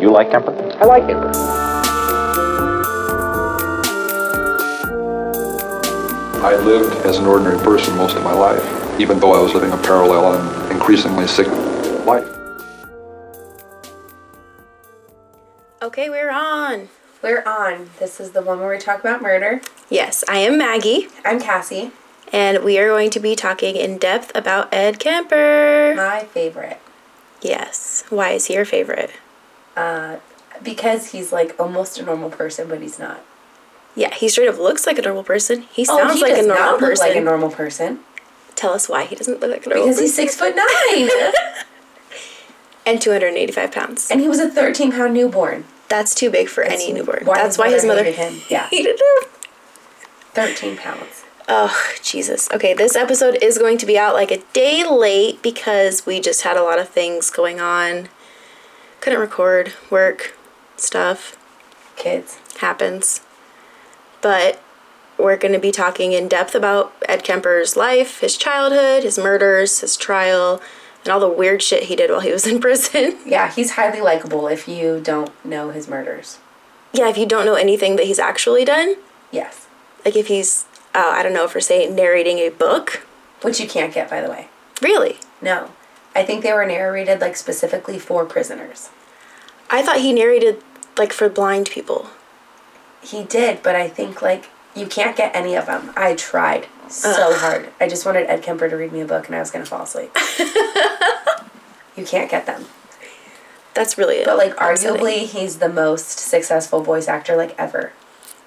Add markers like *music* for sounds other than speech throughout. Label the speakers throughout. Speaker 1: You like Kemper?
Speaker 2: I like Kemper.
Speaker 3: I lived as an ordinary person most of my life, even though I was living a parallel and increasingly sick life.
Speaker 4: Okay, we're on.
Speaker 5: We're on. This is the one where we talk about murder.
Speaker 4: Yes, I am Maggie,
Speaker 5: I'm Cassie,
Speaker 4: and we are going to be talking in depth about Ed Kemper.
Speaker 5: my favorite,
Speaker 4: Yes. Why is he your favorite?
Speaker 5: because he's like almost a normal person, but he's not.
Speaker 4: Yeah, he straight up looks like a normal person. He sounds
Speaker 5: Oh, he
Speaker 4: like a
Speaker 5: does
Speaker 4: normal
Speaker 5: not look
Speaker 4: person.
Speaker 5: like a normal person
Speaker 4: Tell us why he doesn't look like a normal
Speaker 5: because
Speaker 4: person.
Speaker 5: he's six foot nine, *laughs*
Speaker 4: and 285 pounds.
Speaker 5: and he was a thirteen pound newborn.
Speaker 4: That's too big for any
Speaker 5: That's
Speaker 4: newborn.
Speaker 5: why
Speaker 4: That's
Speaker 5: his
Speaker 4: why his
Speaker 5: mother
Speaker 4: mother *laughs*
Speaker 5: hated him. Yeah.
Speaker 4: hated him.
Speaker 5: Thirteen pounds.
Speaker 4: Oh, Jesus. Okay, this episode is going to be out like a day late because we just had a lot of things going on. Couldn't record, work, stuff
Speaker 5: Kids.
Speaker 4: happens. But we're going to be talking in depth about Ed Kemper's life, his childhood, his murders, his trial, and all the weird shit he did while he was in *laughs* prison.
Speaker 5: Yeah, he's highly likable if you don't know his murders.
Speaker 4: yeah, if you don't know anything that he's actually done,
Speaker 5: Yes,
Speaker 4: like if he's, uh, I don't know, if we're saying narrating a book.
Speaker 5: which you can't get by the way.
Speaker 4: Really?
Speaker 5: No, I think they were narrated like specifically for prisoners.
Speaker 4: I thought he narrated like for blind people.
Speaker 5: He did, but I think like you can't get any of them. I tried so hard. I just wanted Ed Kemper to read me a book, and I was gonna fall asleep. you can't get them.
Speaker 4: That's really
Speaker 5: But like,
Speaker 4: upsetting.
Speaker 5: arguably, he's the most successful voice actor like ever.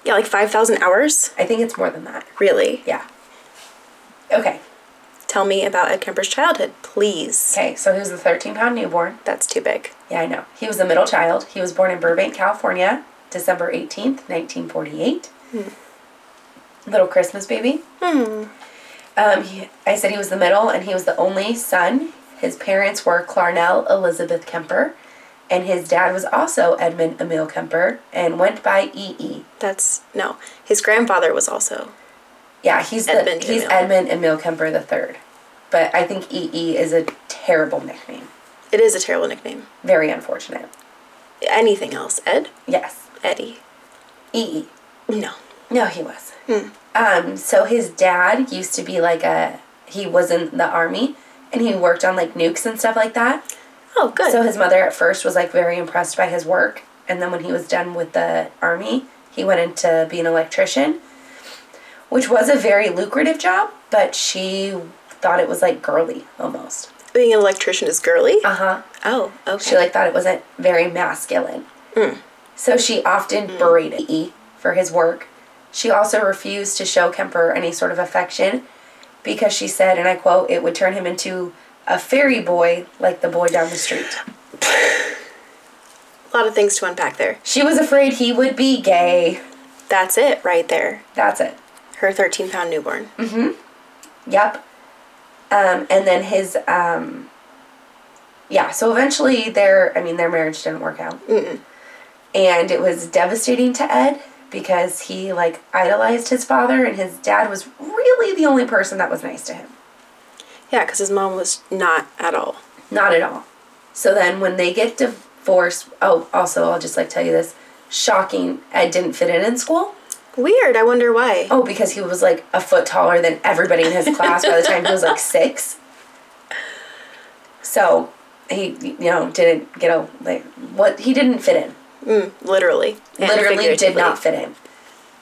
Speaker 4: yeah, like five thousand hours.
Speaker 5: I think it's more than that.
Speaker 4: Really?
Speaker 5: Yeah. Okay.
Speaker 4: Tell me about Ed Kemper's childhood, please.
Speaker 5: Okay. So he was a 13 pound newborn.
Speaker 4: That's too big.
Speaker 5: Yeah, I know. He was the middle child. He was born in Burbank, California, December 18th, 1948. Little Christmas baby. Um, he, I said he was the middle, and he was the only son. His parents were Clarnell Elizabeth Kemper, and his dad was also Edmund Emil Kemper and went by E E.E.
Speaker 4: That's no. His grandfather was also.
Speaker 5: Yeah, he's
Speaker 4: Edmund
Speaker 5: the, he's
Speaker 4: Emil.
Speaker 5: Edmund Emil Kemper the third. But I think E.E. is a terrible nickname.
Speaker 4: It is a terrible nickname.
Speaker 5: Very unfortunate.
Speaker 4: Anything else? Ed?
Speaker 5: Yes, E
Speaker 4: Eddie?
Speaker 5: E.E.
Speaker 4: No.
Speaker 5: No, he was. Um, so his dad used to be like a he was in the army and he worked on like nukes and stuff like that.
Speaker 4: Oh, good.
Speaker 5: So his mother at first was like very impressed by his work and then when he was done with the army, he went into be an electrician, which was a very lucrative job, but she thought it was like girly almost.
Speaker 4: Being an electrician is girly.
Speaker 5: Uh-huh.
Speaker 4: oh, okay.
Speaker 5: She like thought it wasn't very masculine. So she often berated E for his work. She also refused to show Kemper any sort of affection because she said, and I quote, it would turn him into a fairy boy like the boy down the street.
Speaker 4: a lot of things to unpack there.
Speaker 5: She was afraid he would be gay.
Speaker 4: That's it right there.
Speaker 5: That's it.
Speaker 4: Her 13 pound newborn.
Speaker 5: Mm-hmm. Yep. Um, and then his, um, yeah. So eventually, their I mean, their marriage didn't work out, and it was devastating to Ed because he like idolized his father, and his dad was really the only person that was nice to him.
Speaker 4: Yeah, because his mom was not at all.
Speaker 5: Not at all. So then, when they get divorced, oh, also, I'll just like tell you this: shocking. Ed didn't fit in in school.
Speaker 4: Weird. I wonder why.
Speaker 5: Oh, because he was like a foot taller than everybody in his class by the time he was like six. So he, you know, didn't get a like what he didn't fit in.
Speaker 4: Literally. and
Speaker 5: Literally did
Speaker 4: figuratively.
Speaker 5: not fit in.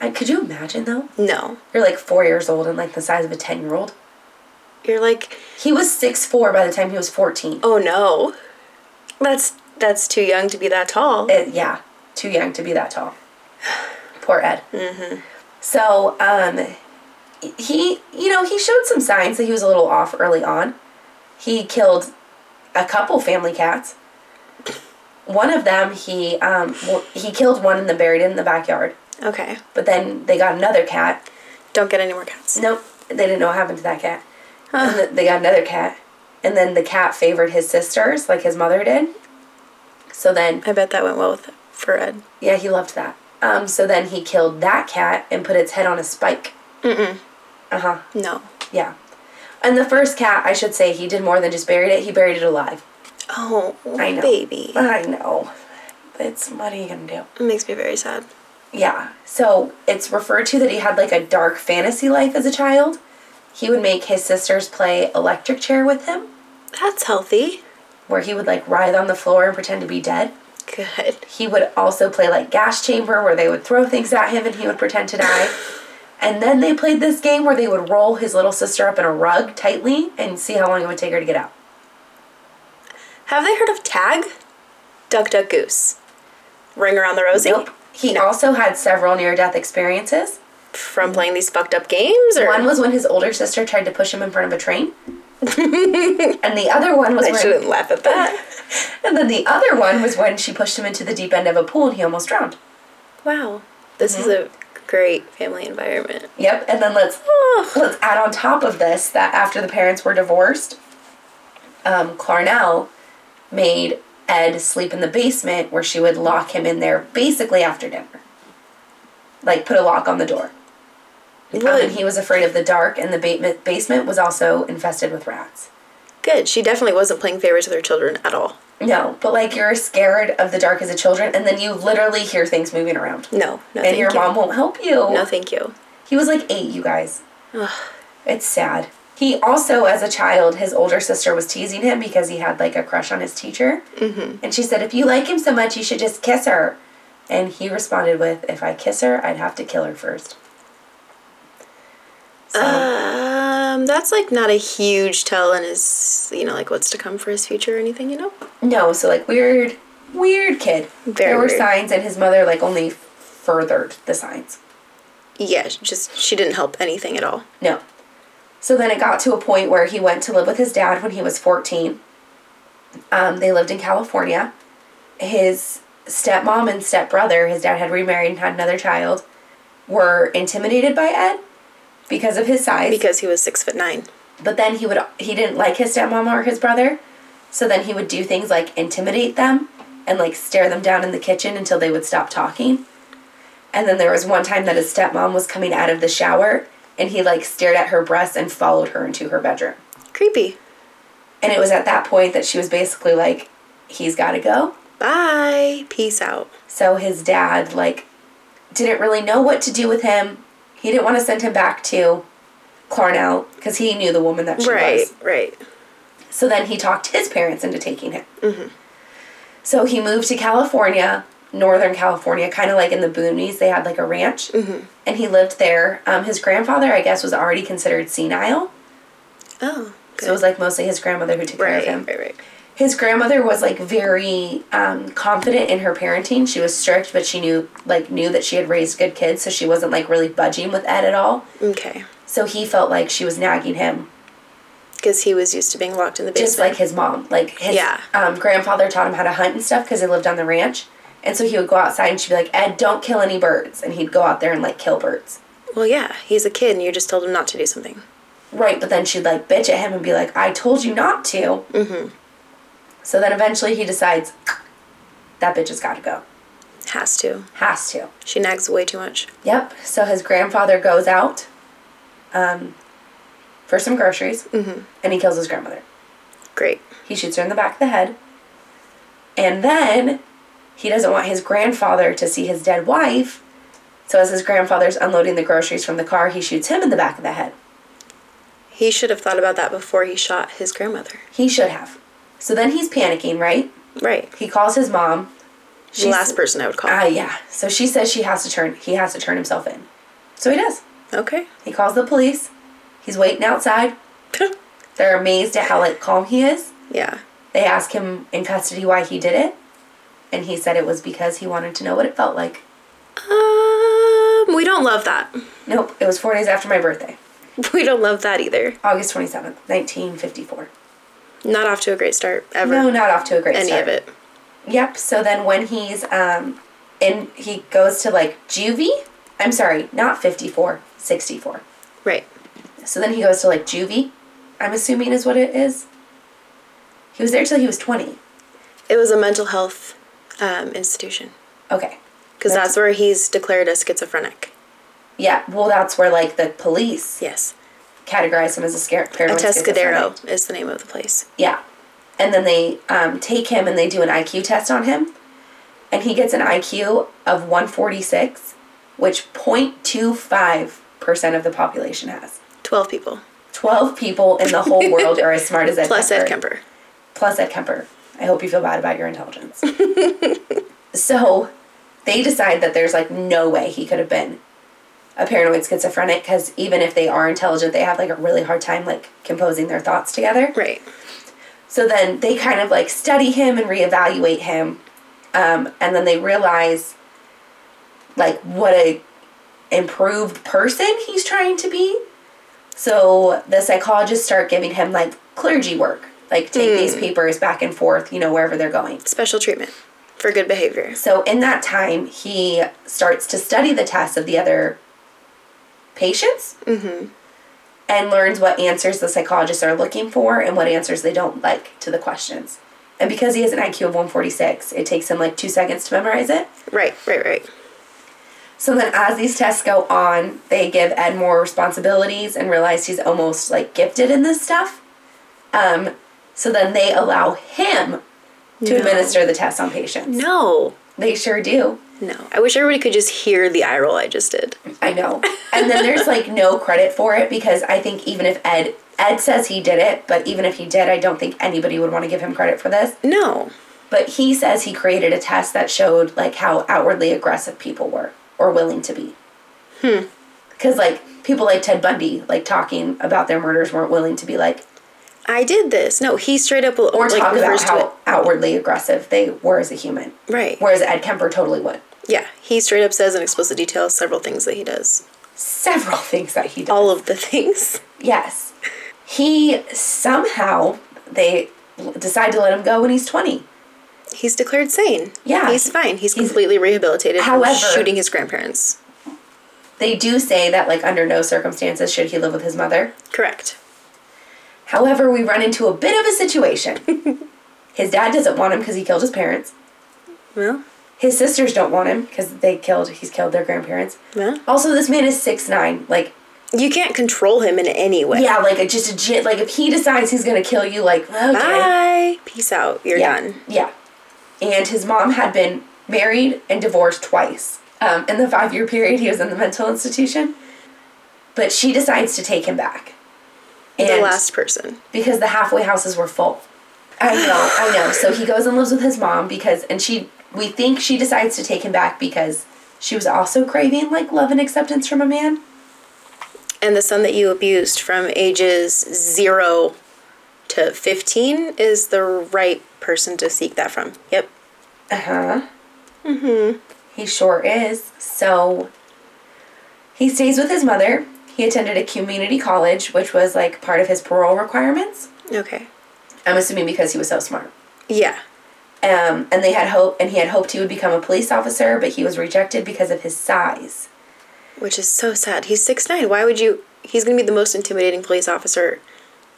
Speaker 5: I, could you imagine though?
Speaker 4: No.
Speaker 5: You're like four years old and like the size of a ten year old.
Speaker 4: You're like,
Speaker 5: He was six four by the time he was fourteen.
Speaker 4: oh no. That's that's too young to be that tall.
Speaker 5: Uh, yeah, too young to be that tall. *sighs* Poor Ed. Mm-hmm. So, um, he, you know, he showed some signs that he was a little off early on. He killed a couple family cats. One of them, he, um, w- he killed one and then buried it in the backyard.
Speaker 4: Okay.
Speaker 5: But then they got another cat.
Speaker 4: Don't get any more cats.
Speaker 5: Nope, they didn't know what happened to that cat. And th- they got another cat. And then the cat favored his sisters, like his mother did. So then
Speaker 4: I bet that went well with for Ed.
Speaker 5: Yeah, he loved that. Um, so then he killed that cat and put its head on a spike.
Speaker 4: No.
Speaker 5: Yeah. And the first cat, I should say, he did more than just buried it. He buried it alive.
Speaker 4: Oh,
Speaker 5: I know.
Speaker 4: baby.
Speaker 5: I know. It's what are you gonna do?
Speaker 4: It makes me very sad.
Speaker 5: Yeah. So it's referred to that he had like a dark fantasy life as a child. He would make his sisters play electric chair with him,
Speaker 4: That's healthy.
Speaker 5: where he would like writhe on the floor and pretend to be dead.
Speaker 4: Good.
Speaker 5: He would also play like gas chamber, where they would throw things at him and he would pretend to die. And then they played this game where they would roll his little sister up in a rug tightly and see how long it would take her to get out.
Speaker 4: Have they heard of tag? Duck, duck, goose. Ring around the rosy.
Speaker 5: Nope. He also had several near death experiences.
Speaker 4: From playing these fucked up games, or
Speaker 5: One was when his older sister tried to push him in front of a train. and the other one was
Speaker 4: I
Speaker 5: when,
Speaker 4: shouldn't laugh at that.
Speaker 5: *laughs* and then the other one was when she pushed him into the deep end of a pool and he almost drowned.
Speaker 4: Wow, this is a great family environment. Oh,
Speaker 5: Yep, and then let's let's add on top of this that after the parents were divorced, um, Clarnell made Ed sleep in the basement where she would lock him in there basically after dinner. Like put a lock on the door. Um,
Speaker 4: Well,
Speaker 5: and he was afraid of the dark, and the ba- basement was also infested with rats.
Speaker 4: good. She definitely wasn't playing favorites with her children at all.
Speaker 5: No, but like you're scared of the dark as a children, and then you literally hear things moving around,
Speaker 4: No, no,
Speaker 5: and
Speaker 4: thank
Speaker 5: your
Speaker 4: you.
Speaker 5: mom won't help you.
Speaker 4: No, thank you.
Speaker 5: He was like eight, you guys. It's sad. He also, as a child, his older sister was teasing him because he had like a crush on his teacher. Mm-hmm. And she said, If you like him so much, you should just kiss her. And he responded with, If I kiss her, I'd have to kill her first. So,
Speaker 4: Um, that's like not a huge tell in his, you know, like what's to come for his future or anything, you know?
Speaker 5: no, so like weird, weird kid.
Speaker 4: Very
Speaker 5: there were
Speaker 4: weird.
Speaker 5: signs, and his mother like only furthered the signs.
Speaker 4: Yeah, she just she didn't help anything at all.
Speaker 5: No. So then it got to a point where he went to live with his dad when he was 14. Um, they lived in California. His stepmom and stepbrother, his dad had remarried and had another child, were intimidated by Ed because of his size.
Speaker 4: Because he was six foot nine.
Speaker 5: but then he would he didn't like his stepmom or his brother. So then he would do things like intimidate them and like stare them down in the kitchen until they would stop talking. And then there was one time that his stepmom was coming out of the shower and he like stared at her breasts and followed her into her bedroom.
Speaker 4: Creepy.
Speaker 5: And it was at that point that she was basically like, he's got to go.
Speaker 4: Bye. Peace out.
Speaker 5: So his dad like didn't really know what to do with him. He didn't want to send him back to Clarnell because he knew the woman that she
Speaker 4: right,
Speaker 5: was.
Speaker 4: right.
Speaker 5: So then he talked his parents into taking him.
Speaker 4: Mm-hmm.
Speaker 5: So he moved to California, Northern California, kind of like in the boonies. They had like a ranch,
Speaker 4: Mm-hmm.
Speaker 5: and he lived there. Um, his grandfather, I guess, was already considered senile,
Speaker 4: Oh, good.
Speaker 5: so it was like mostly his grandmother who took care
Speaker 4: right,
Speaker 5: of him.
Speaker 4: right, right.
Speaker 5: His grandmother was like very um, confident in her parenting. She was strict, but she knew like knew that she had raised good kids, so she wasn't like really budging with Ed at all.
Speaker 4: Okay.
Speaker 5: So he felt like she was nagging him
Speaker 4: Because he was used to being locked in the basement.
Speaker 5: just like his mom. Like his
Speaker 4: Yeah.
Speaker 5: um, grandfather taught him how to hunt and stuff because they lived on the ranch. And so he would go outside and she'd be like, Ed, don't kill any birds. And he'd go out there and like kill birds.
Speaker 4: well, yeah, he's a kid and you just told him not to do something.
Speaker 5: Right, but then she'd like bitch at him and be like, I told you not to. Mm-hmm. So then eventually he decides, that bitch has got to go.
Speaker 4: Has to.
Speaker 5: Has to.
Speaker 4: She nags way too much.
Speaker 5: Yep. So his grandfather goes out um, for some groceries and he kills his grandmother.
Speaker 4: Great.
Speaker 5: He shoots her in the back of the head. And then he doesn't want his grandfather to see his dead wife. So as his grandfather's unloading the groceries from the car, he shoots him in the back of the head.
Speaker 4: He should have thought about that before he shot his grandmother.
Speaker 5: He should have. So then he's panicking, right?
Speaker 4: Right.
Speaker 5: He calls his mom.
Speaker 4: the last person I would call.
Speaker 5: Ah, yeah. So she says she has to turn. He has to turn himself in. So he does.
Speaker 4: okay. *laughs*
Speaker 5: He calls the police. He's waiting outside. They're amazed at how like calm he is.
Speaker 4: yeah.
Speaker 5: They ask him in custody why he did it, and he said it was because he wanted to know what it felt like.
Speaker 4: Um, we don't love that. *laughs*
Speaker 5: Nope, it was four days after my birthday,
Speaker 4: We don't love that either.
Speaker 5: August 27th, 1954.
Speaker 4: Not off to a great start ever.
Speaker 5: No, not off to a great
Speaker 4: any
Speaker 5: start.
Speaker 4: of it.
Speaker 5: Yep, so then when he's um, in, he goes to like juvie. I'm sorry, not 54, 64.
Speaker 4: Right.
Speaker 5: So then he goes to like juvie, I'm assuming is what it is. He was there till he was 20.
Speaker 4: It was a mental health um, institution
Speaker 5: Okay.
Speaker 4: because that's where he's declared a schizophrenic.
Speaker 5: Yeah, well, that's where like the police
Speaker 4: Yes.
Speaker 5: categorize him as a scare paranoid
Speaker 4: A Tescadero
Speaker 5: schizophrenic.
Speaker 4: is the name of the place.
Speaker 5: Yeah. And then they um, take him and they do an IQ test on him. and he gets an IQ of 146, which 0.25% of the population has.
Speaker 4: 12 people.
Speaker 5: 12 people in the whole world are as smart as Ed
Speaker 4: *laughs* Plus
Speaker 5: Kemper.
Speaker 4: Ed Kemper.
Speaker 5: Plus Ed Kemper. I hope you feel bad about your
Speaker 4: *laughs*
Speaker 5: intelligence. so they decide that there's like no way he could have been a paranoid schizophrenic because even if they are intelligent, they have like a really hard time like composing their thoughts together.
Speaker 4: Right.
Speaker 5: So then they kind of like study him and reevaluate him. Um, and then they realize like what a improved person he's trying to be. So the psychologists start giving him like clergy work. Like take these papers back and forth, you know, wherever they're going.
Speaker 4: Special treatment for good behavior.
Speaker 5: So in that time, he starts to study the tests of the other patients and learns what answers the psychologists are looking for and what answers they don't like to the questions. And because he has an IQ of 146, it takes him like two seconds to memorize it.
Speaker 4: Right, right, right.
Speaker 5: So then, as these tests go on, they give Ed more responsibilities and realize he's almost like gifted in this stuff. Um, so then they allow him to
Speaker 4: No.
Speaker 5: administer the tests on patients.
Speaker 4: No.
Speaker 5: They sure do.
Speaker 4: No. I wish everybody could just hear the eye roll I just did.
Speaker 5: I know. And then there's like no credit for it because I think even if Ed Ed says he did it, but even if he did, I don't think anybody would want to give him credit for this.
Speaker 4: No.
Speaker 5: But he says he created a test that showed like how outwardly aggressive people were or willing to be. Hmm. Cuz like people like Ted Bundy like talking about their murders weren't willing to be like
Speaker 4: I did this. No, he straight up
Speaker 5: or
Speaker 4: like
Speaker 5: talk about
Speaker 4: refers
Speaker 5: how
Speaker 4: to it.
Speaker 5: outwardly aggressive they were as a human.
Speaker 4: Right.
Speaker 5: Whereas Ed Kemper totally would.
Speaker 4: Yeah, he straight up says in explicit detail several things that he does.
Speaker 5: Several *laughs* things that he did.
Speaker 4: All of the *laughs* things.
Speaker 5: Yes. He somehow they decide to let him go when he's 20.
Speaker 4: He's declared sane.
Speaker 5: Yeah.
Speaker 4: He's fine. He's, completely rehabilitated
Speaker 5: However-
Speaker 4: from shooting his grandparents.
Speaker 5: They do say that like under no circumstances should he live with his mother.
Speaker 4: Correct.
Speaker 5: However, we run into a bit of
Speaker 4: *laughs*
Speaker 5: a situation. his dad doesn't want him because he killed his parents.
Speaker 4: Well,
Speaker 5: His sisters don't want him because they killed he's killed their grandparents.
Speaker 4: Yeah.
Speaker 5: Also, this man is six nine. Like
Speaker 4: you can't control him in any way.
Speaker 5: yeah, like a, just a jit. Like if he decides he's gonna kill you, like okay.
Speaker 4: Bye. Peace out. You're
Speaker 5: yeah.
Speaker 4: done.
Speaker 5: Yeah. And his mom had been married and divorced twice. Um, in the five year period he was in the mental institution. But she decides to take him back. And
Speaker 4: the last person.
Speaker 5: because the halfway houses were full. I know, I know. So he goes and lives with his mom because and she we think she decides to take him back because she was also craving like love and acceptance from a man.
Speaker 4: And the son that you abused from ages zero to 15 is the right person to seek that from. Yep.
Speaker 5: He sure is. So he stays with his mother. He attended a community college, which was like part of his parole requirements.
Speaker 4: Okay.
Speaker 5: I'm assuming because he was so smart.
Speaker 4: Yeah.
Speaker 5: Um, and they had hope, and he had hoped he would become a police officer, but he was rejected because of his size.
Speaker 4: Which is so sad. He's 6'9. Why would you? He's going to be the most intimidating police officer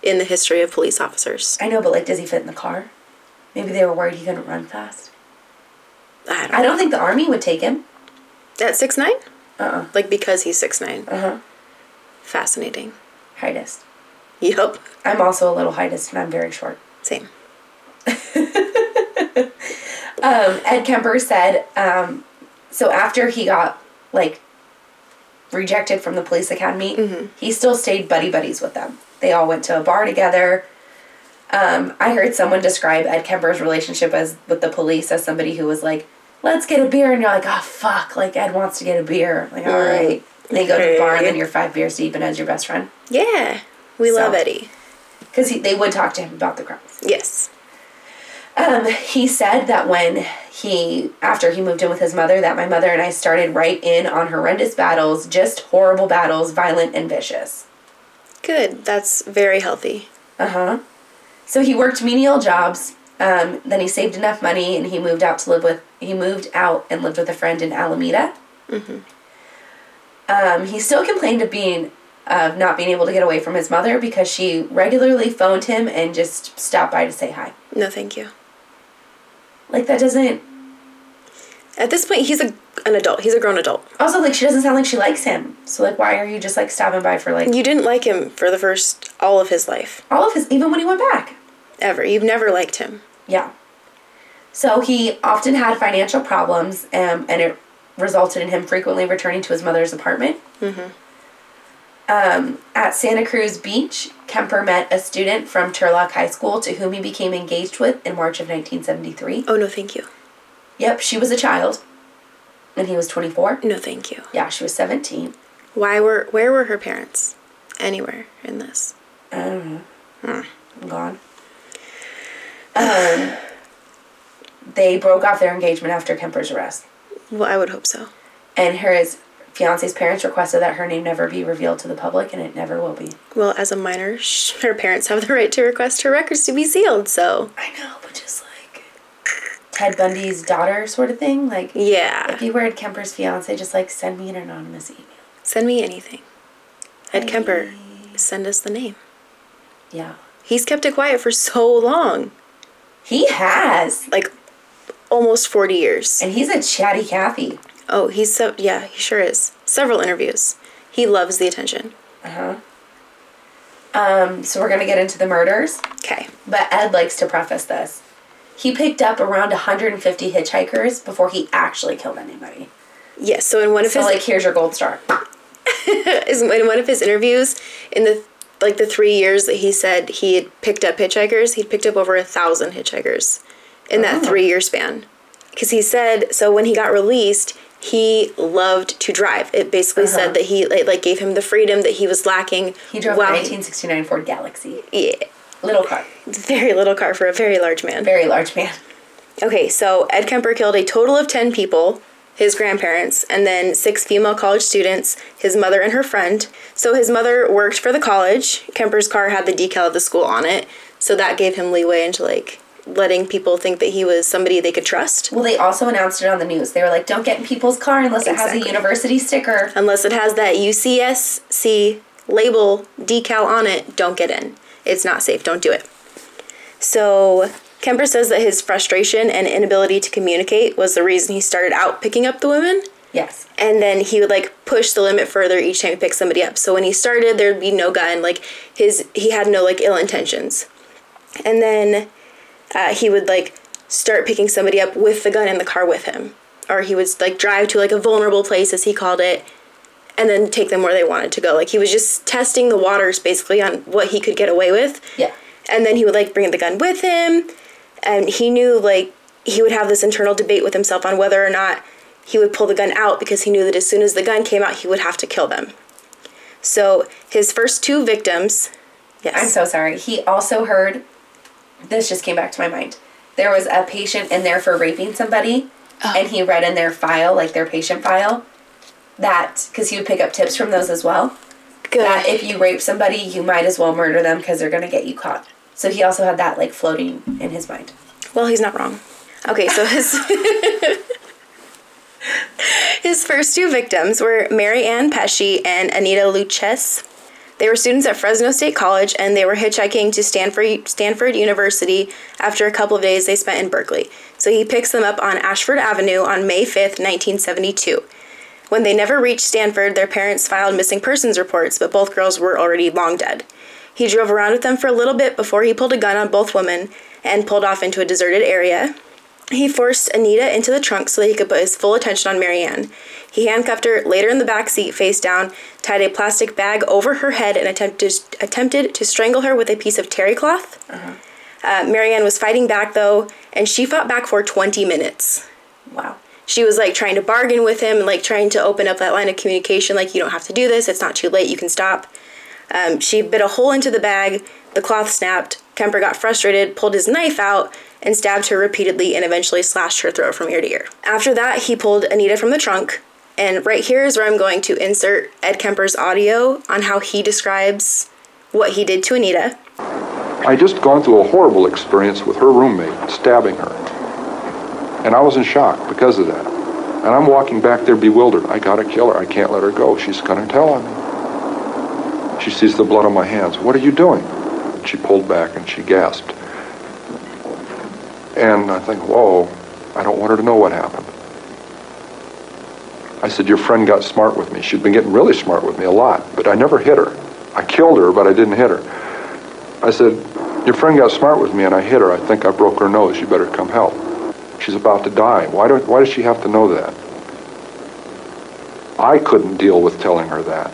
Speaker 4: in the history of police officers.
Speaker 5: I know, but like, does he fit in the car? Maybe they were worried he couldn't run fast.
Speaker 4: I don't
Speaker 5: I don't think the army would take him.
Speaker 4: At 6'9?
Speaker 5: Uh-uh.
Speaker 4: Like because he's 6'9.
Speaker 5: Uh huh.
Speaker 4: Fascinating.
Speaker 5: Heightist.
Speaker 4: Yup.
Speaker 5: I'm also a little heightist, and I'm very short.
Speaker 4: Same.
Speaker 5: Um, Ed Kemper said, um, so after he got like rejected from the police academy, he still stayed buddy buddies with them. They all went to a bar together. Um, I heard someone describe Ed Kemper's relationship as with the police as somebody who was like, "Let's get a beer," and you're like, "Oh fuck!" Like Ed wants to get a beer. Like, all right. And they go to the bar, and then you're five beers deep, and Ed's your best friend
Speaker 4: Yeah. We
Speaker 5: So-
Speaker 4: love Eddie.
Speaker 5: because they would talk to him about the crimes.
Speaker 4: Yes.
Speaker 5: Um, he said that when he, after he moved in with his mother, that my mother and I started right in on horrendous battles, just horrible battles, violent and vicious.
Speaker 4: Good. That's very healthy.
Speaker 5: Uh huh. So he worked menial jobs. Um, then he saved enough money and he moved out to live with, he moved out and lived with a friend in Alameda. Um, he still complained of being, of not being able to get away from his mother because she regularly phoned him and just stopped by to say hi.
Speaker 4: No, thank you.
Speaker 5: Like that doesn't,
Speaker 4: At this point, he's a, an adult. He's a grown adult.
Speaker 5: Also, like, she doesn't sound like she likes him. So, like, why are you just, like, stopping by for, like,
Speaker 4: You didn't like him for the first all of his life,
Speaker 5: all of his, even when he went back?
Speaker 4: ever. You've never liked him.
Speaker 5: Yeah. So he often had financial problems, um, and it resulted in him frequently returning to his mother's apartment. Um, at Santa Cruz Beach, Kemper met a student from Turlock High School to whom he became engaged with in March of 1973.
Speaker 4: Oh, no, thank you.
Speaker 5: Yep, she was a child, and he was 24.
Speaker 4: No, thank you.
Speaker 5: Yeah, she was 17.
Speaker 4: Why were, where were her parents? Anywhere in this.
Speaker 5: I don't know. I'm gone. Um, they broke off their engagement after Kemper's arrest,
Speaker 4: Well, I would hope so.
Speaker 5: and her his fiance's parents requested that her name never be revealed to the public, and it never will be.
Speaker 4: Well, as a minor, *laughs* sh- her parents have the right to request her records to be sealed, so.
Speaker 5: I know, but just like Ted Bundy's daughter, sort of thing. Like,
Speaker 4: Yeah.
Speaker 5: if you were Kemper's fiance, just like send me an anonymous email.
Speaker 4: Send me anything. Ed Kemper, send us the name.
Speaker 5: Yeah,
Speaker 4: He's kept it quiet for so long
Speaker 5: he has,
Speaker 4: like almost 40 years.
Speaker 5: and he's a chatty Cathy.
Speaker 4: Oh, he's so, yeah, he sure is. Several interviews. He loves the attention.
Speaker 5: Uh huh. Um, so we're gonna get into the murders.
Speaker 4: Okay.
Speaker 5: But Ed likes to preface this. He picked up around 150 hitchhikers before he actually killed anybody.
Speaker 4: Yes, so in one of
Speaker 5: So
Speaker 4: his
Speaker 5: like, here's your gold star.
Speaker 4: is in one of his interviews in the like the three years that he said he had picked up hitchhikers he'd picked up over a thousand hitchhikers in that
Speaker 5: Oh.
Speaker 4: three year span because he said so when he got released he loved to drive it basically
Speaker 5: Uh-huh.
Speaker 4: said that he it, like gave him the freedom that he was lacking
Speaker 5: He drove
Speaker 4: while-
Speaker 5: a 1969 Ford Galaxy,
Speaker 4: yeah,
Speaker 5: little car,
Speaker 4: very little car for a very large man
Speaker 5: very large man.
Speaker 4: okay so ed kemper killed a total of 10 people his grandparents and then six female college students his mother and her friend so his mother worked for the college kemper's car had the decal of the school on it so that gave him leeway into like letting people think that he was somebody they could trust
Speaker 5: Well, they also announced it on the news. They were like, "Don't get in people's car unless it has
Speaker 4: Exactly.
Speaker 5: a university sticker."
Speaker 4: unless it has that UCSC label decal on it, don't get in. It's not safe. Don't do it. So Kemper says that his frustration and inability to communicate was the reason he started out picking up the women.
Speaker 5: Yes,
Speaker 4: And then he would like push the limit further each time he picked somebody up. So when he started, there'd be no gun. Like his, he had no like ill intentions. And then uh, he would like start picking somebody up with the gun in the car with him, or he would like drive to like a vulnerable place as he called it, and then take them where they wanted to go. Like he was just testing the waters basically on what he could get away with.
Speaker 5: Yeah.
Speaker 4: And then he would like bring the gun with him, and he knew like he would have this internal debate with himself on whether or not he would pull the gun out because he knew that as soon as the gun came out, he would have to kill them. So his first two victims, yes,
Speaker 5: I'm so sorry. He also heard. This just came back to my mind. There was a patient in there for raping somebody, and he read in their file, like their patient file, that because he would pick up tips from those as well. that if you rape somebody, you might as well murder them because they're gonna get you caught. So he also had that like floating in his mind.
Speaker 4: Well, he's not wrong. Okay, so
Speaker 5: *laughs*
Speaker 4: his *laughs* his first two victims were Mary Ann Pesci and Anita Luches. They were students at Fresno State College, and they were hitchhiking to Stanford Stanford University. After a couple of days, they spent in Berkeley. So he picks them up on Ashford Avenue on May fifth, nineteen seventy two. When they never reached Stanford, their parents filed missing persons reports, but both girls were already long dead. He drove around with them for a little bit before he pulled a gun on both women and pulled off into a deserted area. He forced Anita into the trunk so that he could put his full attention on Marianne. He handcuffed her, laid her in the back seat face down, tied a plastic bag over her head, and attempted, attempted to strangle her with a piece of terry cloth. Uh, Marianne was fighting back though, and she fought back for 20 minutes
Speaker 5: Wow.
Speaker 4: she was like trying to bargain with him and like trying to open up that line of communication like you don't have to do this it's not too late you can stop um, she bit a hole into the bag the cloth snapped kemper got frustrated pulled his knife out and stabbed her repeatedly and eventually slashed her throat from ear to ear after that he pulled anita from the trunk and right here is where i'm going to insert ed kemper's audio on how he describes what he did to anita
Speaker 3: I just gone through a horrible experience with her roommate stabbing her. And I was in shock because of that. And I'm walking back there bewildered. I gotta kill her. I can't let her go. She's gonna tell on me. She sees the blood on my hands. What are you doing? And she pulled back and she gasped. And I think, whoa, I don't want her to know what happened. I said, Your friend got smart with me. She'd been getting really smart with me a lot, but I never hit her. I killed her, but I didn't hit her. I said, Your friend got smart with me and I hit her. I think I broke her nose. You better come help. She's about to die. Why, do, why does she have to know that? I couldn't deal with telling her that.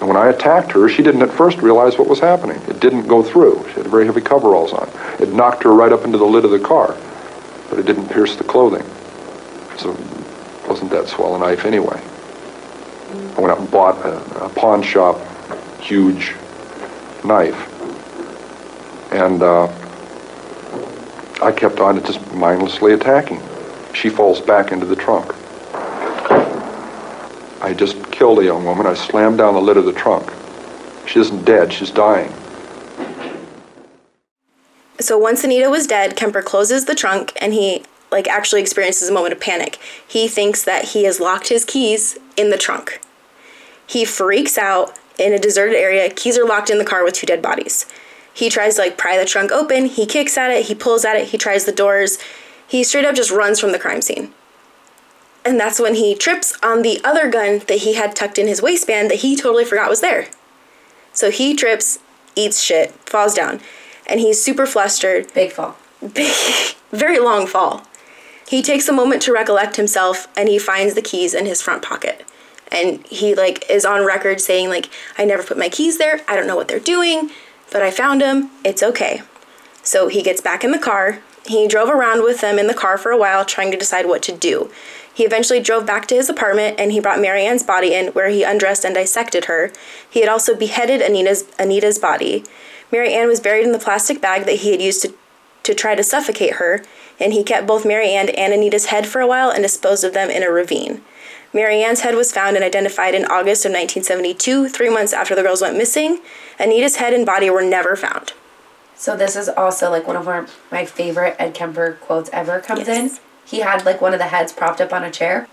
Speaker 3: And when I attacked her, she didn't at first realize what was happening. It didn't go through. She had very heavy coveralls on. It knocked her right up into the lid of the car, but it didn't pierce the clothing. So it wasn't that swell a knife anyway. I went out and bought a, a pawn shop huge knife. And uh, I kept on just mindlessly attacking. She falls back into the trunk. I just killed a young woman. I slammed down the lid of the trunk. She isn't dead, she's dying.
Speaker 4: So once Anita was dead, Kemper closes the trunk and he like actually experiences a moment of panic. He thinks that he has locked his keys in the trunk. He freaks out in a deserted area. Keys are locked in the car with two dead bodies. He tries to like pry the trunk open. He kicks at it. He pulls at it. He tries the doors. He straight up just runs from the crime scene. And that's when he trips on the other gun that he had tucked in his waistband that he totally forgot was there. So he trips, eats shit, falls down, and he's super flustered
Speaker 5: Big fall.
Speaker 4: big, very long fall. He takes a moment to recollect himself and he finds the keys in his front pocket. And he like is on record saying like I never put my keys there. I don't know what they're doing, but I found them. It's okay. So he gets back in the car. He drove around with them in the car for a while trying to decide what to do. He eventually drove back to his apartment and he brought Marianne's body in where he undressed and dissected her. He had also beheaded Anita's Anita's body. Mary Ann was buried in the plastic bag that he had used to to try to suffocate her, and he kept both Mary Ann and Anita's head for a while and disposed of them in a ravine. Mary Ann's head was found and identified in August of 1972, three months after the girls went missing. Anita's head and body were never found.
Speaker 5: So this is also like one of our, my favorite Ed Kemper quotes ever comes
Speaker 4: Yes.
Speaker 5: in. He had like one of the heads propped up on a chair,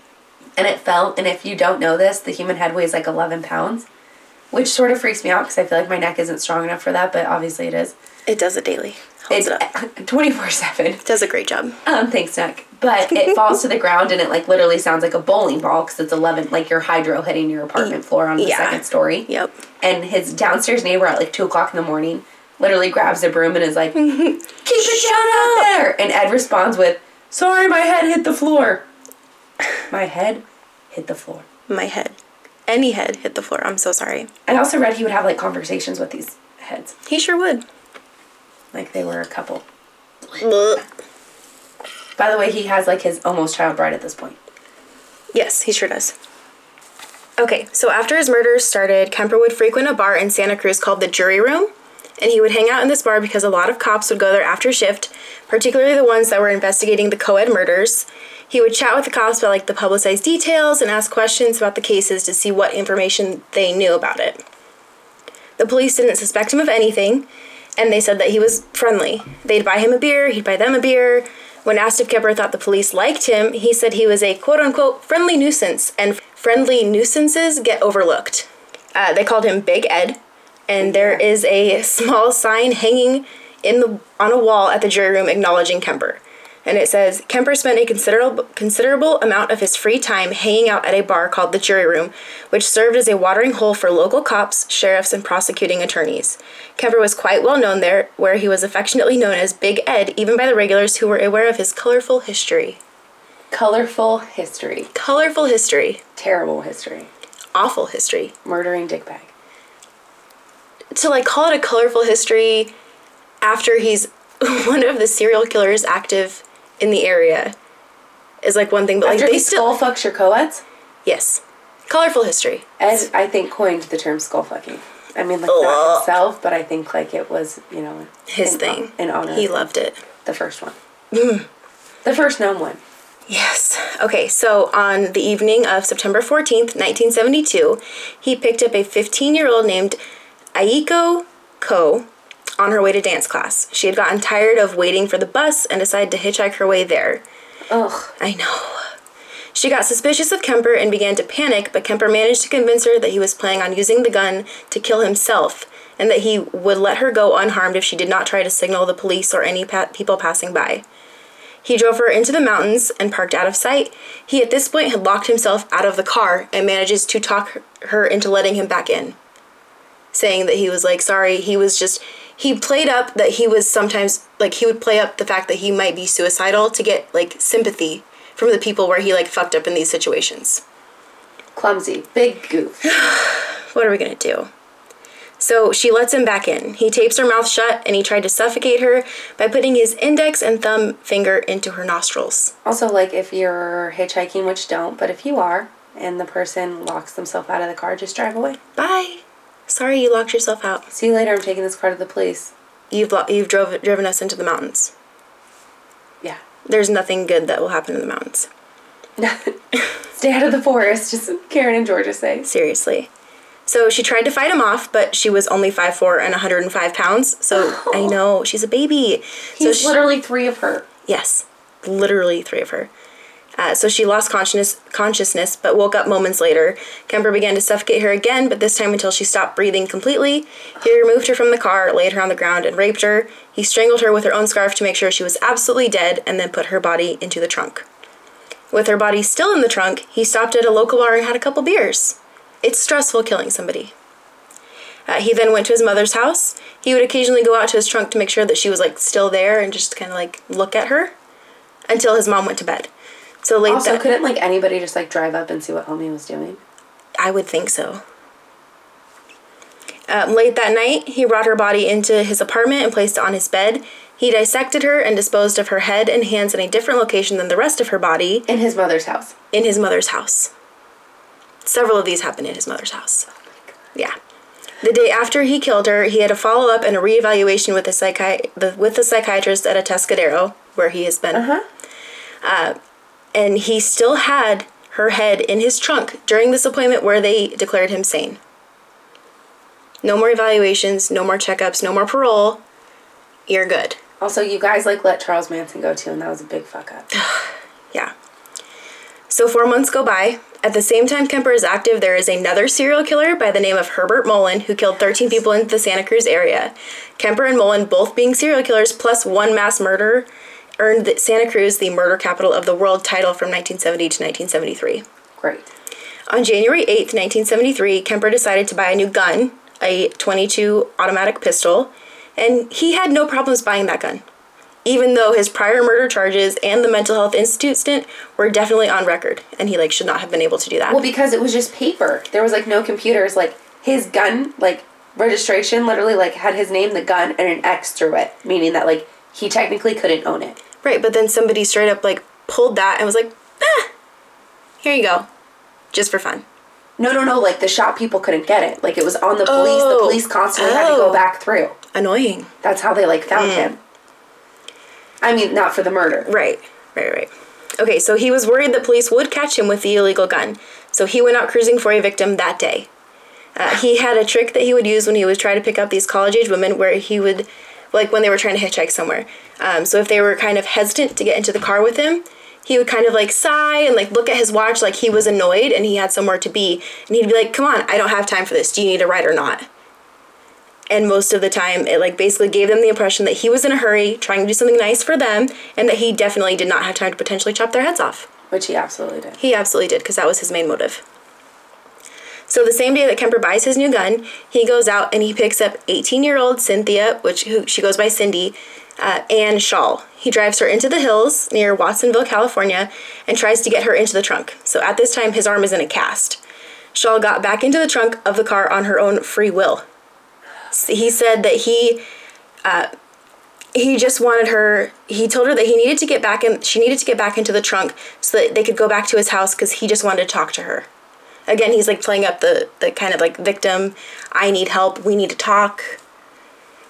Speaker 5: and it fell. And if you don't know this, the human head weighs like eleven pounds, which sort of freaks me out because I feel like my neck isn't strong enough for that. But obviously it is.
Speaker 4: It does it daily. Holds
Speaker 5: It's
Speaker 4: it up.
Speaker 5: *laughs* twenty four seven.
Speaker 4: Does a great job.
Speaker 5: Um, thanks, Nick. But
Speaker 4: *laughs*
Speaker 5: it falls to the ground and it like literally sounds like a bowling ball because it's eleven, like your hydro hitting your apartment floor on the
Speaker 4: yeah.
Speaker 5: second story.
Speaker 4: Yep.
Speaker 5: And his downstairs neighbor at like two o'clock in the morning literally grabs a broom and
Speaker 4: *laughs*
Speaker 5: is like, "Keep it down out there!" And Ed responds with, "Sorry, my head hit the floor. *sighs* My head hit the floor."
Speaker 4: My head. Any head hit the floor. I'm so sorry.
Speaker 5: I also read he would have like conversations with these heads,
Speaker 4: He sure would.
Speaker 5: like they were a couple.
Speaker 4: Blech.
Speaker 5: By the way, he has like his almost child bride at this point.
Speaker 4: Yes, he sure does. Okay, so after his murders started, Kemper would frequent a bar in Santa Cruz called the Jury Room, and he would hang out in this bar because a lot of cops would go there after shift, particularly the ones that were investigating the co-ed murders. He would chat with the cops about like the publicized details and ask questions about the cases to see what information they knew about it. The police didn't suspect him of anything, and they said that he was friendly. They'd buy him a beer, he'd buy them a beer. When asked if Kemper thought the police liked him, he said he was a quote unquote friendly nuisance, and friendly nuisances get overlooked. Uh, they called him Big Ed, and there is a *laughs* small sign hanging in the on a wall at the jury room acknowledging Kemper. And it says Kemper spent a considerable considerable amount of his free time hanging out at a bar called the Jury Room, which served as a watering hole for local cops, sheriffs, and prosecuting attorneys. Kemper was quite well known there, where he was affectionately known as Big Ed, even by the regulars who were aware of his colorful history.
Speaker 5: Colorful history,
Speaker 4: Colorful history,
Speaker 5: terrible history.
Speaker 4: awful history.
Speaker 5: murdering dickbag.
Speaker 4: to like call it a colorful history after he's *laughs* one of the serial killers active in the area is like one thing, but like
Speaker 5: After
Speaker 4: they
Speaker 5: he
Speaker 4: still
Speaker 5: skull fucks your co-eds,
Speaker 4: yes, colorful history.
Speaker 5: Ed I think coined the term skull fucking. I mean, like not
Speaker 4: Ugh.
Speaker 5: himself, but I think like it was you know
Speaker 4: His
Speaker 5: in-
Speaker 4: thing.
Speaker 5: in honor.
Speaker 4: He loved it. Mm.
Speaker 5: the first one, the first known one.
Speaker 4: Yes. Okay, so on the evening of September 14th, 1972, he picked up a 15 year old named Aiko Ko on her way to dance class. She had gotten tired of waiting for the bus and decided to hitchhike her way there.
Speaker 5: Ugh,
Speaker 4: I know. She got suspicious of Kemper and began to panic, but Kemper managed to convince her that he was planning on using the gun to kill himself and that he would let her go unharmed if she did not try to signal the police or any pa- people passing by. He drove her into the mountains and parked out of sight. He at this point had locked himself out of the car and manages to talk her into letting him back in, saying that he was like, sorry, he was just, he played up that he was sometimes like he would play up the fact that he might be suicidal to get like sympathy from the people where he like fucked up in these situations.
Speaker 1: Clumsy. Big goof.
Speaker 4: What are we gonna do? So she lets him back in. He tapes her mouth shut and he tried to suffocate her by putting his index and thumb finger into her nostrils.
Speaker 5: Also, like if you're hitchhiking, which don't, but if you are, and the person locks themselves out of the car, just drive away.
Speaker 4: Bye. Sorry you locked yourself out.
Speaker 5: See you later. I'm taking this car to the police.
Speaker 4: You've lo- you've drove driven us into the mountains.
Speaker 5: Yeah.
Speaker 4: There's nothing good that will happen in the mountains.
Speaker 5: Stay out of the forest. *laughs* Just Karen and Georgia say.
Speaker 4: Seriously. So she tried to fight him off, but she was only 5'4 and 105 pounds. So I know, she's a baby. so
Speaker 1: He's
Speaker 4: she,
Speaker 1: literally three of her.
Speaker 4: Yes, literally three of her. Uh, so she lost consciousness, consciousness, but woke up moments later. Kemper began to suffocate her again, but this time until she stopped breathing completely. He removed her from the car, laid her on the ground, and raped her. He strangled her with her own scarf to make sure she was absolutely dead, and then put her body into the trunk. With her body still in the trunk, he stopped at a local bar and had a couple beers. It's stressful killing somebody. Uh, he then went to his mother's house. He would occasionally go out to his trunk to make sure that she was like still there and just kind of like look at her until his mom went to bed. So late
Speaker 5: Also,
Speaker 4: that
Speaker 5: couldn't like anybody just like drive up and see what Homie was doing?
Speaker 4: I would think so. Um, late that night, he brought her body into his apartment and placed it on his bed. He dissected her and disposed of her head and hands in a different location than the rest of her body
Speaker 5: In his mother's house.
Speaker 4: in his mother's house. Several of these happened in his mother's house. Yeah. The day after he killed her, he had a follow up and a reevaluation with a psychi- the, with the psychiatrist at a Pescadero, where he has been. Uh-huh. and he still had her head in his trunk during this appointment where they declared him sane. No more evaluations, no more checkups, no more parole. You're good.
Speaker 5: Also, you guys like let Charles Manson go too, and that was a big
Speaker 4: *laughs*
Speaker 5: fuck up.
Speaker 4: Yeah. So four months go by. At the same time Kemper is active, there is another serial killer by the name of Herbert Mullen who killed 13 people in the Santa Cruz area. Kemper and Mullen, both being serial killers plus one mass murder, earned the- Santa Cruz the murder capital of the world title from 1970 to 1973.
Speaker 5: Great.
Speaker 4: On January 8th, 1973, Kemper decided to buy a new gun, a 22 automatic pistol, and he had no problems buying that gun. Even though his prior murder charges and the mental health institute stint were definitely on record, and he like should not have been able to do that.
Speaker 5: Well, because it was just paper. There was like no computers. Like his gun, like registration, literally like had his name, the gun, and an X through it, meaning that like he technically couldn't own it.
Speaker 4: right, but then somebody straight up like pulled that and was like, "Ah, here you go, just for fun."
Speaker 5: No, no, no. Like the shop people couldn't get it. Like it was on the police.
Speaker 4: Oh.
Speaker 5: The police constantly had to go
Speaker 4: Oh. Mm.
Speaker 5: back through.
Speaker 4: Annoying.
Speaker 5: That's how they like found him. I mean, not for the murder.
Speaker 4: Right, right, right. Okay, so he was worried that police would catch him with the illegal gun, so he went out cruising for a victim that day. Uh, he had a trick that he would use when he would try to pick up these college age women, where he would, like when they were trying to hitchhike somewhere. Um, so if they were kind of hesitant to get into the car with him, he would kind of like sigh and like look at his watch like he was annoyed and he had somewhere to be. And he'd be like, Come on, I don't have time for this. Do you need a ride or not? and most of the time it like basically gave them the impression that he was in a hurry trying to do something nice for them and that he definitely did not have time to potentially chop their heads off
Speaker 5: Which he absolutely did.
Speaker 4: he absolutely did because that was his main motive so the same day that kemper buys his new gun he goes out and he picks up 18 year old cynthia which who, she goes by cindy uh, and shawl he drives her into the hills near watsonville california and tries to get her into the trunk so at this time his arm is in a cast shawl got back into the trunk of the car on her own free will he said that he uh, he just wanted her he told her that he needed to get back in she needed to get back into the trunk so that they could go back to his house because he just wanted to talk to her again he's like playing up the the kind of like victim i need help we need to talk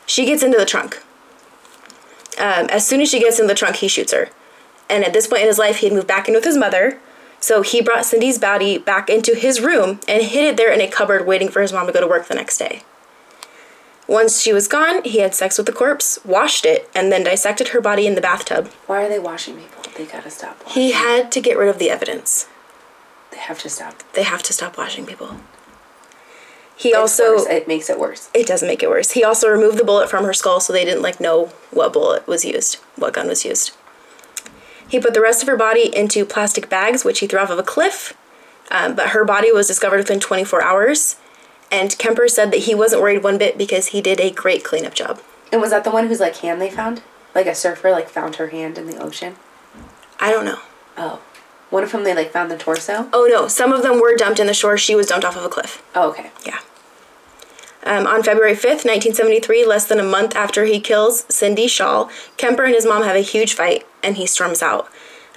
Speaker 4: she gets into the trunk um, as soon as she gets in the trunk he shoots her and at this point in his life he had moved back in with his mother so he brought cindy's body back into his room and hid it there in a cupboard waiting for his mom to go to work the next day once she was gone, he had sex with the corpse, washed it, and then dissected her body in the bathtub.
Speaker 5: Why are they washing people? They gotta stop. Washing.
Speaker 4: He had to get rid of the evidence.
Speaker 5: They have to stop.
Speaker 4: They have to stop washing people. He
Speaker 5: It's
Speaker 4: also
Speaker 5: worse. it makes it worse.
Speaker 4: it doesn't make it worse. He also removed the bullet from her skull so they didn't like know what bullet was used, what gun was used. He put the rest of her body into plastic bags, which he threw off of a cliff. Um, but her body was discovered within 24 hours, and Kemper said that he wasn't worried one bit because he did a great cleanup job.
Speaker 5: And was that the one whose like hand they found? Like a surfer like found her hand in the ocean.
Speaker 4: I don't know.
Speaker 5: Oh, one of them they like found the torso.
Speaker 4: Oh no, some of them were dumped in the shore. She was dumped off of a cliff.
Speaker 5: Oh, okay.
Speaker 4: Yeah. Um, on February 5th, 1973, less than a month after he kills Cindy Shaw, Kemper and his mom have a huge fight and he storms out.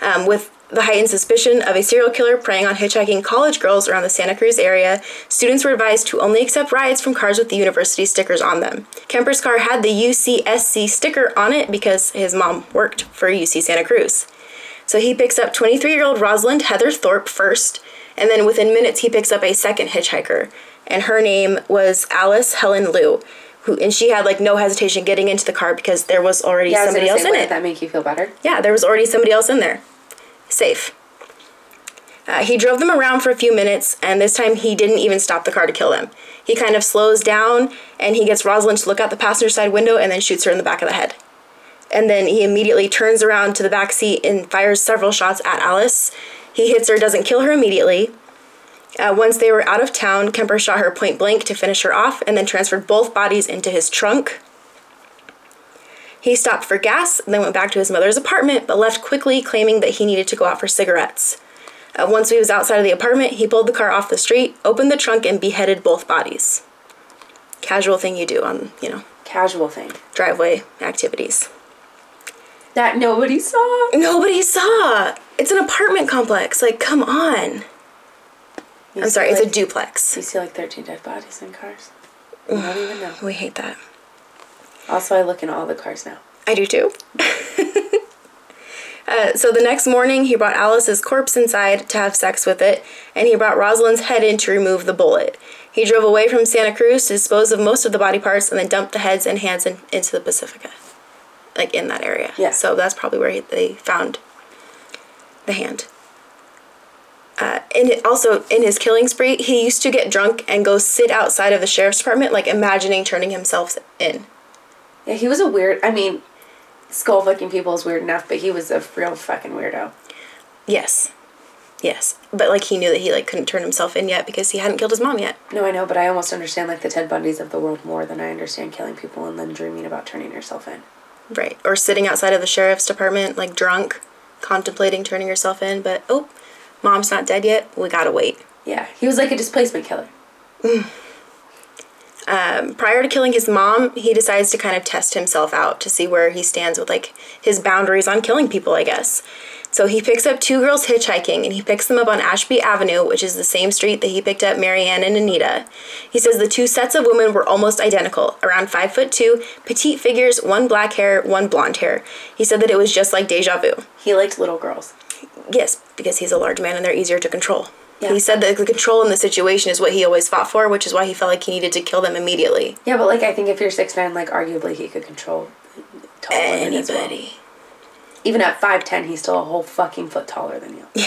Speaker 4: Um, with the heightened suspicion of a serial killer preying on hitchhiking college girls around the Santa Cruz area, students were advised to only accept rides from cars with the university stickers on them. Kemper's car had the UCSC sticker on it because his mom worked for UC Santa Cruz. So he picks up 23 year old Rosalind Heather Thorpe first, and then within minutes he picks up a second hitchhiker, and her name was Alice Helen Liu, who and she had like no hesitation getting into the car because there was already
Speaker 5: I was
Speaker 4: somebody
Speaker 5: gonna
Speaker 4: else
Speaker 5: say,
Speaker 4: in
Speaker 5: wouldn't
Speaker 4: it.
Speaker 5: That make you feel better?
Speaker 4: Yeah, there was already somebody else in there. Safe. Uh, he drove them around for a few minutes, and this time he didn't even stop the car to kill them. He kind of slows down and he gets Rosalind to look out the passenger side window and then shoots her in the back of the head. And then he immediately turns around to the back seat and fires several shots at Alice. He hits her, doesn't kill her immediately. Uh, once they were out of town, Kemper shot her point blank to finish her off and then transferred both bodies into his trunk. He stopped for gas, then went back to his mother's apartment, but left quickly, claiming that he needed to go out for cigarettes. Uh, once he was outside of the apartment, he pulled the car off the street, opened the trunk, and beheaded both bodies. Casual thing you do on, you know,
Speaker 5: Casual thing
Speaker 4: driveway activities.
Speaker 5: that nobody saw.
Speaker 4: Nobody saw! It's an apartment complex. Like, come on. I'm
Speaker 5: You see,
Speaker 4: sorry, it's a
Speaker 5: like-
Speaker 4: duplex.
Speaker 5: You see like 13 dead bodies in cars. You don't even know.
Speaker 4: We hate that.
Speaker 5: Also, I look in all the cars now.
Speaker 4: I do too. *laughs* uh, so the next morning, he brought Alice's corpse inside to have sex with it, and he brought Rosalind's head in to remove the bullet. He drove away from Santa Cruz to dispose of most of the body parts and then dumped the heads and hands in, into the Pacifica, like in that area.
Speaker 5: Yeah.
Speaker 4: So that's probably where he, they found the hand. Uh, and it also in his killing spree, he used to get drunk and go sit outside of the sheriff's department, like imagining turning himself in.
Speaker 5: Yeah, he was a weird. I mean, skull fucking people is weird enough, but he was a real fucking weirdo.
Speaker 4: Yes. Yes. But like he knew that he like couldn't turn himself in yet because he hadn't killed his mom yet.
Speaker 5: No, I know, but I almost understand like the Ted Bundys of the world more than I understand killing people and then dreaming about turning yourself in.
Speaker 4: Right. Or sitting outside of the sheriff's department like drunk, contemplating turning yourself in, but oh, mom's not dead yet. We got to wait.
Speaker 5: Yeah, he was like a displacement killer.
Speaker 4: Prior to killing his mom, he decides to kind of test himself out to see where he stands with like his boundaries on killing people, I guess. So he picks up two girls hitchhiking and he picks them up on Ashby Avenue, which is the same street that he picked up Marianne and Anita. He says the two sets of women were almost identical, around five foot two, petite figures, one black hair, one blonde hair. He said that it was just like deja vu.
Speaker 5: He liked little girls.
Speaker 4: Yes, because he's a large man and they're easier to control.
Speaker 5: Yeah.
Speaker 4: He said that the control in the situation is what he always fought for, which is why he felt like he needed to kill them immediately.
Speaker 5: Yeah, but like I think if you're six nine, like arguably he could control tall women as well.
Speaker 4: Anybody.
Speaker 5: Even at five ten, he's still a whole fucking foot taller than you. *laughs*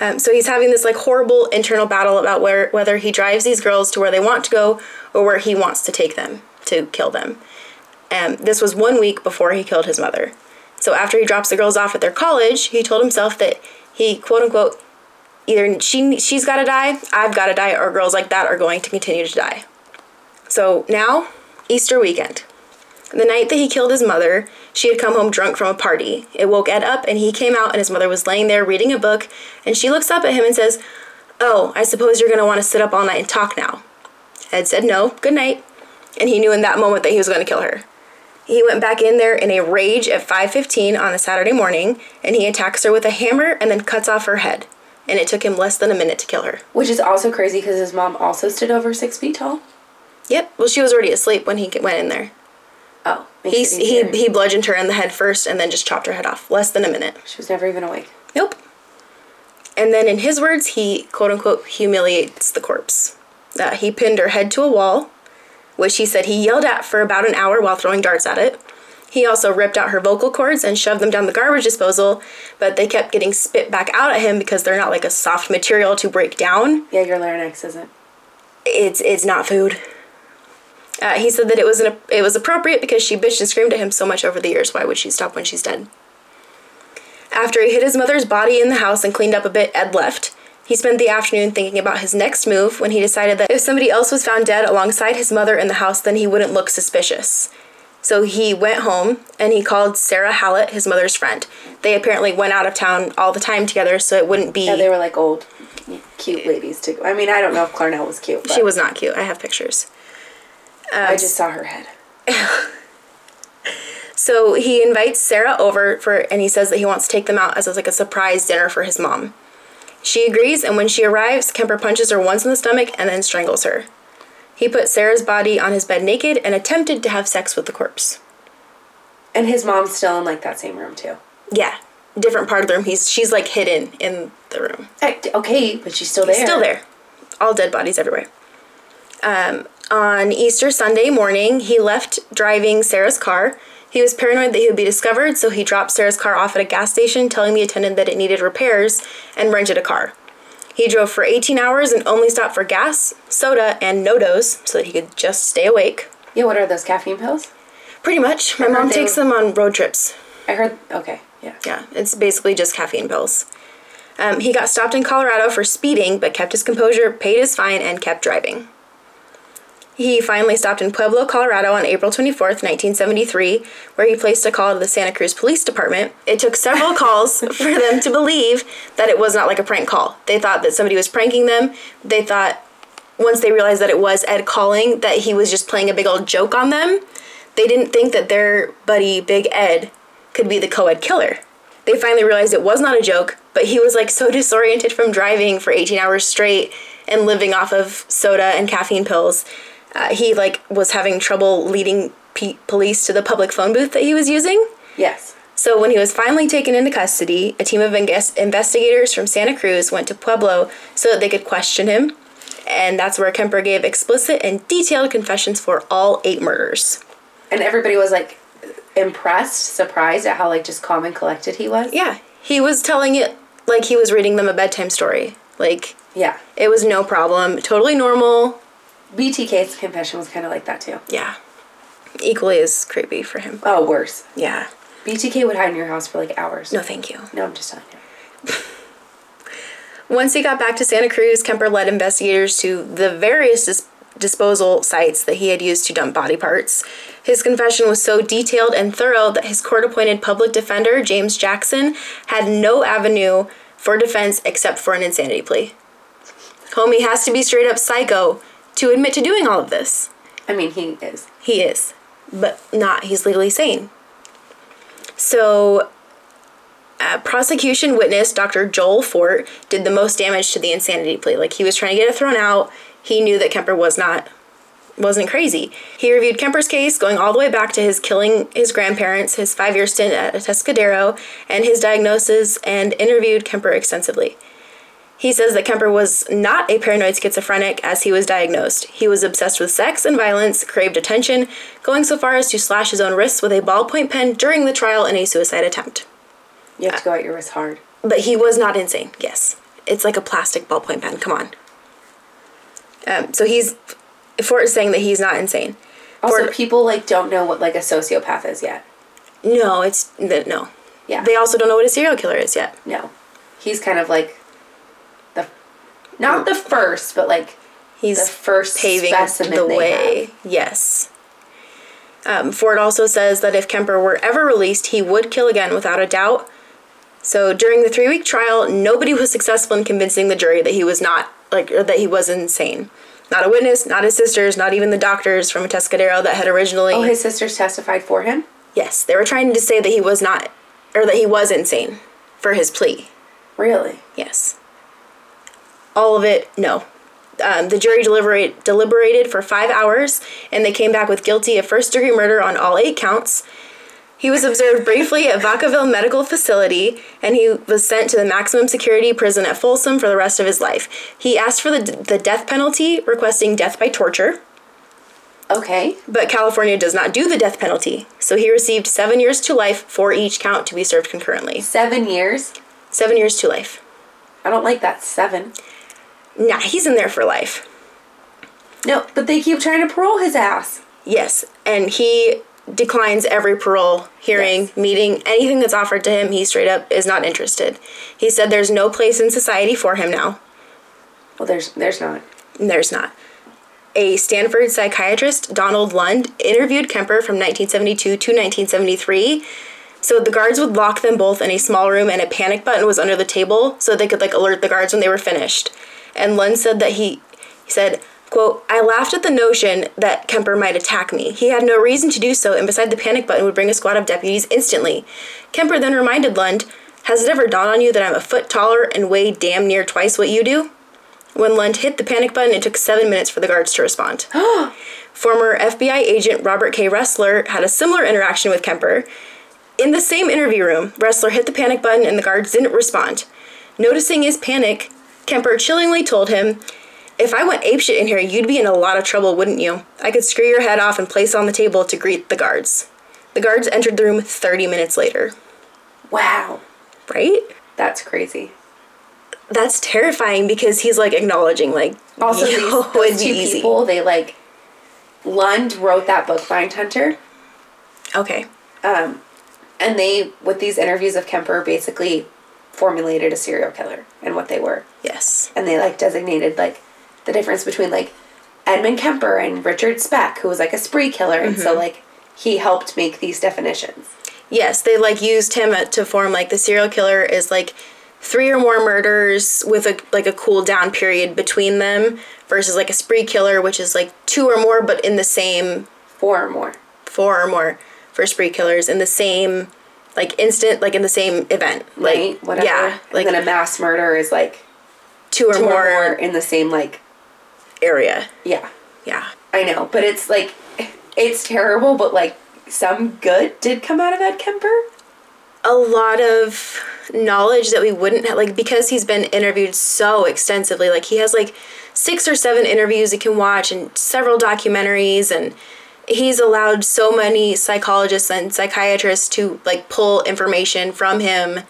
Speaker 4: Um, so he's having this like horrible internal battle about where whether he drives these girls to where they want to go or where he wants to take them to kill them. Um, this was one week before he killed his mother. So after he drops the girls off at their college, he told hself that he quote unquote either she she's got to die, I've got to die, or girls like that are going to continue to die. So now Easter weekend. The night that he killed his mother, she had come home drunk from a party. It woke Ed up, and he came out, and his mother was laying there reading a book. And she looks up at him and says, Oh, I suppose you're going to want to sit up all night and talk now. Ed said, No, good night. And he knew in that moment that he was going to kill her. He went back in there in a rage at 5:15 on a Saturday morning, and he attacks her with a hammer and then cuts off her head. And it took him less than a minute to kill her.
Speaker 5: Which is also crazy because his mom also stood over six feet tall.
Speaker 4: Yep. Well, she was already asleep when he went in there.
Speaker 5: Oh,
Speaker 4: He,
Speaker 5: makes it
Speaker 4: he,
Speaker 5: easier.
Speaker 4: he bludgeoned her in the head first and then just chopped her head off. Less than a minute.
Speaker 5: She was never even awake.
Speaker 4: Nope. And then, in his words, he quote unquote humiliates the corpse. Uh, he pinned her head to a wall, which he said he yelled at for about an hour while throwing darts at it. He also ripped out her vocal cords and shoved them down the garbage disposal, but they kept getting spit back out at him because they're not like a soft material to break down.
Speaker 5: Yeah, your larynx isn't.
Speaker 4: It's it's not food. Uh, he said that it was an, it was appropriate because she bitched and screamed at him so much over the years. Why would she stop when she's dead? After he hid his mother's body in the house and cleaned up a bit, Ed left. He spent the afternoon thinking about his next move when he decided that if somebody else was found dead alongside his mother in the house, then he wouldn't look suspicious. So he went home and he called Sarah Hallett, his mother's friend. They apparently went out of town all the time together, so it wouldn't be.
Speaker 1: Yeah, they were like old, cute ladies to go. I mean, I don't know if Clarnell was cute, but
Speaker 4: she was not cute. I have pictures.
Speaker 1: I just saw her head.
Speaker 4: So he invites Sarah over for, and he says that he wants to take them out as like a surprise dinner for his mom. She agrees, and when she arrives, Kemper punches her once in the stomach and then strangles her. He put Sarah's body on his bed naked and attempted to have sex with the corpse.
Speaker 1: And his mom's still in like that same room too.
Speaker 4: Yeah, different part of the room. He's she's like hidden in the room.
Speaker 1: I- Okay, but she's still there.
Speaker 4: Still there. All dead bodies everywhere. Um, on Easter Sunday morning, he left driving Sarah's car. He was paranoid that he would be discovered, so he dropped Sarah's car off at a gas station, telling the attendant that it needed repairs, and rented a car. He drove for 18 hours and only stopped for gas, soda, and no-dos so that he could just stay awake.
Speaker 1: Yeah, what are those caffeine pills?
Speaker 4: Pretty much. My
Speaker 1: heard
Speaker 4: mom
Speaker 1: they
Speaker 4: takes
Speaker 1: were-
Speaker 4: them on road trips.
Speaker 1: I heard. Okay, yeah.
Speaker 4: Yeah, it's basically just caffeine pills. Um, he got stopped in Colorado for speeding, but kept his composure, paid his fine, and kept driving. He finally stopped in Pueblo, Colorado on April 24th, 1973, where he placed a call to the Santa Cruz Police Department. It took several calls *laughs* for them to believe that it was not like a prank call. They thought that somebody was pranking them. They thought, once they realized that it was Ed calling, that he was just playing a big old joke on them. They didn't think that their buddy, Big Ed, could be the co ed killer. They finally realized it was not a joke, but he was like so *laughs* disoriented from driving for 18 hours straight and living off of soda and caffeine pills. Uh, he like was having trouble leading pe- police to the public phone booth that he was using.
Speaker 1: Yes.
Speaker 4: So when he was finally taken into custody, a team of inges- investigators from Santa Cruz went to Pueblo so that they could question him. And that's where Kemper gave explicit and detailed confessions for all eight murders.
Speaker 1: And everybody was like impressed, surprised at how like just calm and collected he was.
Speaker 4: Yeah, he was telling it like he was reading them a bedtime story. Like
Speaker 1: Yeah.
Speaker 4: It was no problem. Totally normal.
Speaker 1: BTK's confession was kind of like that too.
Speaker 4: Yeah. Equally as creepy for him.
Speaker 1: Oh, worse.
Speaker 4: Yeah.
Speaker 1: BTK would hide in your house for like hours.
Speaker 4: No, thank you.
Speaker 1: No, I'm just telling you.
Speaker 4: Once he got back to Santa Cruz, Kemper led investigators to the various dis- disposal sites that he had used to dump body parts. His confession was so detailed and thorough that his court appointed public defender, James Jackson, had no avenue for defense except for an insanity plea. Homie has to be straight up psycho to admit to doing all of this.
Speaker 1: I mean, he is.
Speaker 4: He is, but not. He's legally sane. So, uh, prosecution witness Dr. Joel Fort did the most damage to the insanity plea. Like he was trying to get it thrown out. He knew that Kemper was not wasn't crazy. He reviewed Kemper's case, going all the way back to his killing his grandparents, his five year stint at Atascadero, and his diagnosis, and interviewed Kemper extensively. He says that Kemper was not a paranoid schizophrenic as he was diagnosed. He was obsessed with sex and violence, craved attention, going so far as to slash his own wrists with a ballpoint pen during the trial in a suicide attempt.
Speaker 1: You
Speaker 4: Uh,
Speaker 1: have to go at your wrist hard.
Speaker 4: But he was not insane, yes. It's like a plastic ballpoint pen, come on. Um, so he's, Fort is saying that he's not insane.
Speaker 1: Also,
Speaker 4: Fort-
Speaker 1: people like don't know what like a sociopath is yet.
Speaker 4: no, it's, th- no.
Speaker 1: Yeah.
Speaker 4: They also don't know what a serial killer is yet.
Speaker 1: No, he's kind of like the, not the first, but like
Speaker 4: He's
Speaker 1: the first
Speaker 4: paving
Speaker 1: specimen
Speaker 4: the
Speaker 1: they
Speaker 4: way. Yes. Um, Ford also says that if Kemper were ever released, he would kill again without a doubt. So during the three week trial, nobody was successful in convincing the jury that he was not like or that he was insane. Not a witness, not his sisters, not even the doctors from Tescadero that had originally.
Speaker 1: Oh, his sisters testified for him.
Speaker 4: yes, they were trying to say that he was not, or that he was insane, for his plea.
Speaker 1: Really?
Speaker 4: Yes. All of it, no. Um, the jury deliberate, deliberated for five hours and they came back with guilty of first degree murder on all eight counts. He was observed briefly at Vacaville Medical Facility and he was sent to the maximum security prison at Folsom for the rest of his life. He asked for the, the death penalty, requesting death by torture,
Speaker 1: Okay.
Speaker 4: but California does not do the death penalty, so he received seven years to life for each count to be served concurrently.
Speaker 1: Seven years.
Speaker 4: Seven years to life.
Speaker 1: I don't like that seven.
Speaker 4: Nah, he's in there for life.
Speaker 1: No, but they keep trying to parole his ass.
Speaker 4: Yes, and he declines every parole hearing,
Speaker 1: Yes.
Speaker 4: meeting, anything that's offered to him. He straight up is not interested. He said there's no place in society for him now.
Speaker 1: Well, there's there's not.
Speaker 4: And there's not. a Stanford psychiatrist, Donald Lund, interviewed Kemper from 1972 to 1973. So the guards would lock them both in a small room, and a panic button was under the table so they could like alert the guards when they were finished. And Lund said that he, he said, "quote I laughed at the notion that Kemper might attack me. He had no reason to do so, and beside the panic button would bring a squad of deputies instantly." Kemper then reminded Lund, "Has it ever dawned on you that I'm a foot taller and weigh damn near twice what you do?" When Lund hit the panic button, it took seven minutes for the guards to
Speaker 5: *gasps*
Speaker 4: respond. Former FBI agent Robert K. Ressler had a similar interaction with Kemper. In the same interview room, Ressler hit the panic button and the guards didn't respond. Noticing his panic, Kemper chillingly told him, If I went apeshit in here, you'd be in a lot of trouble, wouldn't you? I could screw your head off and place on the table to greet the guards. The guards entered the room 30 minutes later,
Speaker 5: Wow.
Speaker 4: right?
Speaker 5: That's crazy.
Speaker 4: That's terrifying because he's like acknowledging, like, *laughs*
Speaker 5: Also,
Speaker 4: you
Speaker 5: these,
Speaker 4: know,
Speaker 5: those two people, they like. Lund wrote that book, Mind Hunter,
Speaker 4: Okay.
Speaker 5: and they, with these interviews of Kemper, basically formulated a serial killer and what they were.
Speaker 4: Yes.
Speaker 5: and they like designated like the difference between like Edmund Kemper and Richard Speck, who was like a spree killer, and
Speaker 4: Mm-hmm.
Speaker 5: so like he helped make these definitions.
Speaker 4: Yes, they like used him at- to form like the serial killer is like three or more murders with a like a cool down period between them versus like a spree killer which is like two or more but in the same
Speaker 5: Four or more.
Speaker 4: four or more for spree killers in the same like instant like in the same event like
Speaker 5: right? Whatever.
Speaker 4: yeah like
Speaker 5: and then a mass murder is like
Speaker 4: two or
Speaker 5: two
Speaker 4: more,
Speaker 5: or more in the same like
Speaker 4: area
Speaker 5: yeah.
Speaker 4: yeah
Speaker 5: I know, but it's like it's terrible, but like some good did come out of Ed Kemper.
Speaker 4: a lot of knowledge that we wouldn't have like because he's been interviewed so extensively like he has like six or seven interviews you can watch and several documentaries and he's allowed so many psychologists and psychiatrists to like pull information from him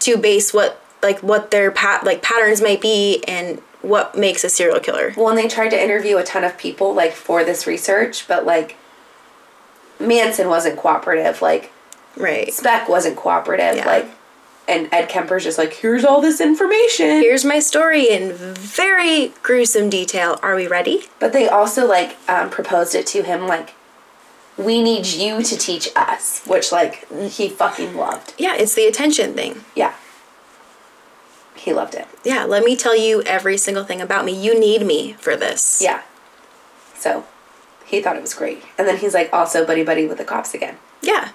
Speaker 4: to base what like what their pat like patterns might be and what makes a serial killer
Speaker 5: Well, and they tried to interview a ton of people like for this research, but like Manson wasn't cooperative. Like
Speaker 4: right
Speaker 5: Speck wasn't cooperative.
Speaker 4: Yeah.
Speaker 5: Like, and Ed Kemper's just like, here's all this information.
Speaker 4: here's my story in very gruesome detail are we ready
Speaker 5: But they also like um, proposed it to him like, we need you to teach us, which like he fucking loved.
Speaker 4: yeah it's the attention thing
Speaker 5: Yeah, he loved it.
Speaker 4: yeah, let me tell you every single thing about me. You need me for this.
Speaker 5: Yeah, so he thought it was great. And then he's like also buddy buddy with the cops again.
Speaker 4: Yeah.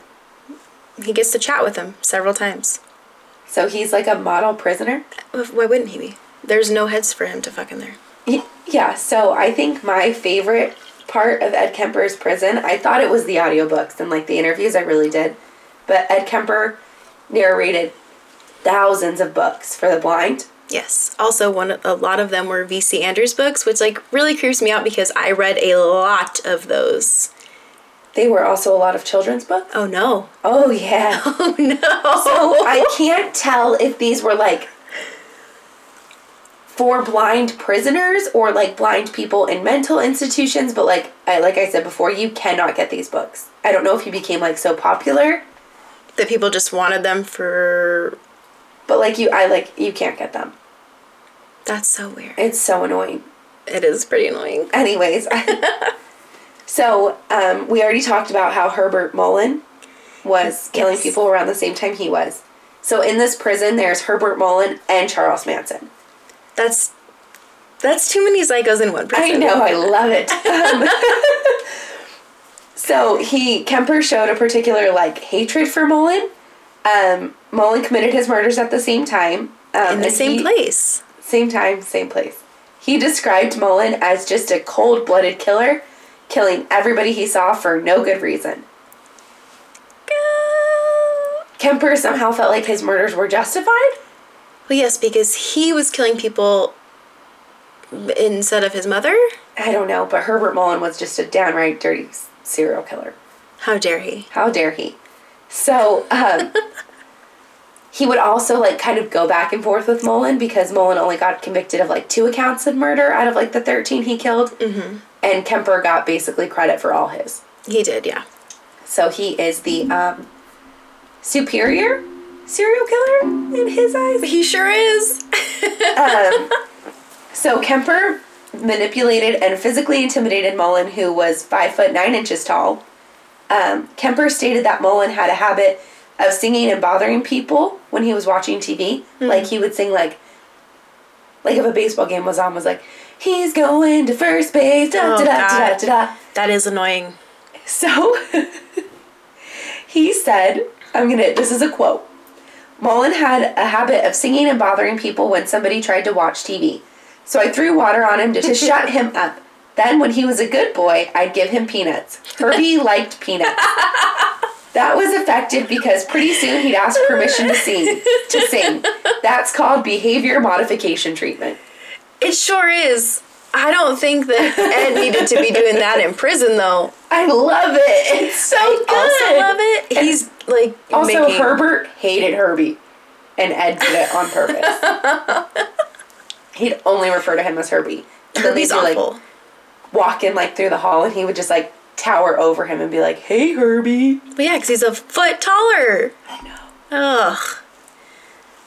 Speaker 4: He gets to chat with him several times.
Speaker 5: So he's like a model prisoner.
Speaker 4: Why wouldn't he be? There's no heads for him to fuck in there.
Speaker 5: Y- Yeah, so I think my favorite part of Ed Kemper's prison, I thought it was the audiobooks and like the interviews, I really did. But Ed Kemper narrated thousands of books for the blind.
Speaker 4: Yes. Also, one of- a lot of them were VC Andrews books, which like really creeps me out because I read a lot of those.
Speaker 5: They were also a lot of children's books.
Speaker 4: Oh no. *laughs*
Speaker 5: Oh, yeah. *laughs*
Speaker 4: Oh no.
Speaker 5: So I can't tell if these were like for blind prisoners or like blind people in mental institutions, but like I like I said before, you cannot get these books. I don't know if he became like so popular
Speaker 4: that people just wanted them for.
Speaker 5: But like you, I like you can't get them.
Speaker 4: That's so weird.
Speaker 5: It's so annoying.
Speaker 4: It is pretty annoying.
Speaker 5: Anyways, *laughs* so um, we already talked about how Herbert Mullen was killing
Speaker 4: Yes.
Speaker 5: people around the same time he was. So in this prison, there's Herbert Mullen and Charles Manson.
Speaker 4: That's that's too many psychos in one
Speaker 5: I
Speaker 4: person.
Speaker 5: know, I love it.
Speaker 4: *laughs*
Speaker 5: Um, *laughs* so he Kemper showed a particular like hatred for Mullen. Um, Mullen committed his murders at the same time. Um,
Speaker 4: In the
Speaker 5: and
Speaker 4: same
Speaker 5: he-
Speaker 4: place.
Speaker 5: Same time, same place. He described Mullen as just a cold blooded killer, killing everybody he saw for no good reason. Kemper somehow felt like his murders were justified.
Speaker 4: Well, yes, because he was killing people instead of his mother.
Speaker 5: I don't know, but Herbert Mullen was just a downright dirty s- serial killer.
Speaker 4: How dare he?
Speaker 5: How dare he? So, um, he would also like kind of go back and forth with Mullen because Mullen only got convicted of like two accounts of murder out of like the 13 he killed. Mm-hmm. And Kemper got basically credit for all his.
Speaker 4: He did, yeah.
Speaker 5: So he is the um, superior serial killer in his eyes.
Speaker 4: He sure is.
Speaker 5: So Kemper manipulated and physically intimidated Mullen, who was five foot nine inches tall. Um, Kemper stated that Mullen had a habit of singing and bothering people when he was watching TV.
Speaker 4: Hmm.
Speaker 5: Like he would sing like, like if a baseball game was on, was like, "He's going to first base." Da,
Speaker 4: *laughs* Oh,
Speaker 5: da, da, da,
Speaker 4: God.
Speaker 5: da, da.
Speaker 4: That is annoying.
Speaker 5: So *laughs* he said, I'm gonna, this is a quote. Mullen had a habit of singing and bothering people when somebody tried to watch TV. So I threw water on him to, to shut him up. Then, when he was a good boy, I'd give him peanuts. *laughs* Herbie liked peanuts. That was effective because pretty soon he'd ask permission to sing. To sing. That's called behavior modification treatment.
Speaker 4: It sure is. I don't think *laughs* that Ed needed to be doing that in prison, though.
Speaker 5: I love it. It's so
Speaker 4: I also
Speaker 5: good.
Speaker 4: love it. He's like
Speaker 5: Also,
Speaker 4: making-
Speaker 5: Herbert hated Herbie, and Ed did it on purpose.
Speaker 4: *laughs*
Speaker 5: He'd only refer to him as Herbie. And then they'd
Speaker 4: Herbie's
Speaker 5: be, like,
Speaker 4: awful.
Speaker 5: walking like through the hall, and he would just like tower over him and be like, "Hey, Herbie."
Speaker 4: But yeah, because he's a foot taller. I know. Ugh.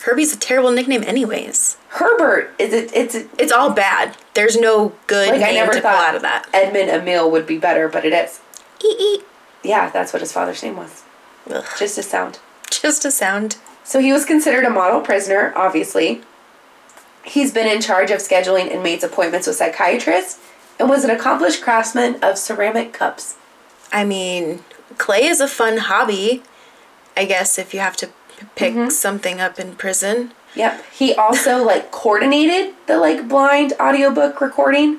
Speaker 4: Herbie's a terrible nickname, anyways.
Speaker 5: Herbert is it? It's a-
Speaker 4: It's all bad. There's no good
Speaker 5: like
Speaker 4: name
Speaker 5: I never
Speaker 4: to
Speaker 5: thought
Speaker 4: pull out of that.
Speaker 5: Edmund Emil would be better, but it is.
Speaker 4: Eat, eat.
Speaker 5: Yeah, that's what his father's name was.
Speaker 4: Ugh.
Speaker 5: Just a sound.
Speaker 4: Just a sound.
Speaker 5: So he was considered a model prisoner, obviously. He's been in charge of scheduling inmates' appointments with psychiatrists and was an accomplished craftsman of ceramic cups.
Speaker 4: I mean, clay is a fun hobby, I guess, if you have to p- pick
Speaker 5: Mm-hmm.
Speaker 4: something up in prison.
Speaker 5: Yep. He also like coordinated the like blind audiobook recording.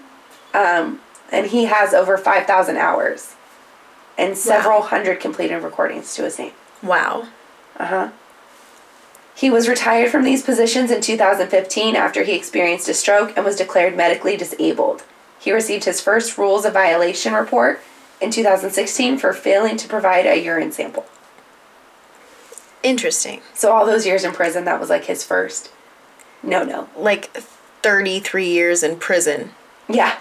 Speaker 5: Um, and he has over 5,000 hours and several hundred completed recordings to his name.
Speaker 4: Wow.
Speaker 5: He was retired from these positions in 2015 after he experienced a stroke and was declared medically disabled. He received his first rules of violation report in 2016 for failing to provide a urine sample.
Speaker 4: Interesting.
Speaker 5: So all those years in prison, that was like his first no no.
Speaker 4: Like 33 years in prison.
Speaker 5: Yeah.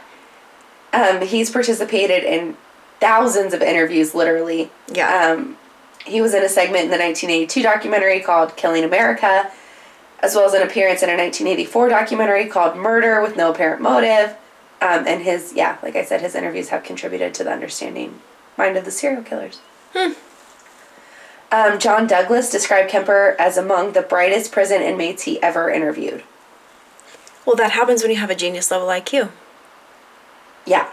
Speaker 5: Um, he's participated in thousands of interviews, literally.
Speaker 4: Yeah.
Speaker 5: Um, he was in a segment in the 1982 documentary called Killing America, as well as an appearance in a 1984 documentary called Murder with No Apparent Motive. Um, and his, yeah, like I said, his interviews have contributed to the understanding mind of the serial killers. Um, John Douglas described Kemper as among the brightest prison inmates he ever interviewed.
Speaker 4: Well, that happens when you have a genius level IQ.
Speaker 5: Yeah.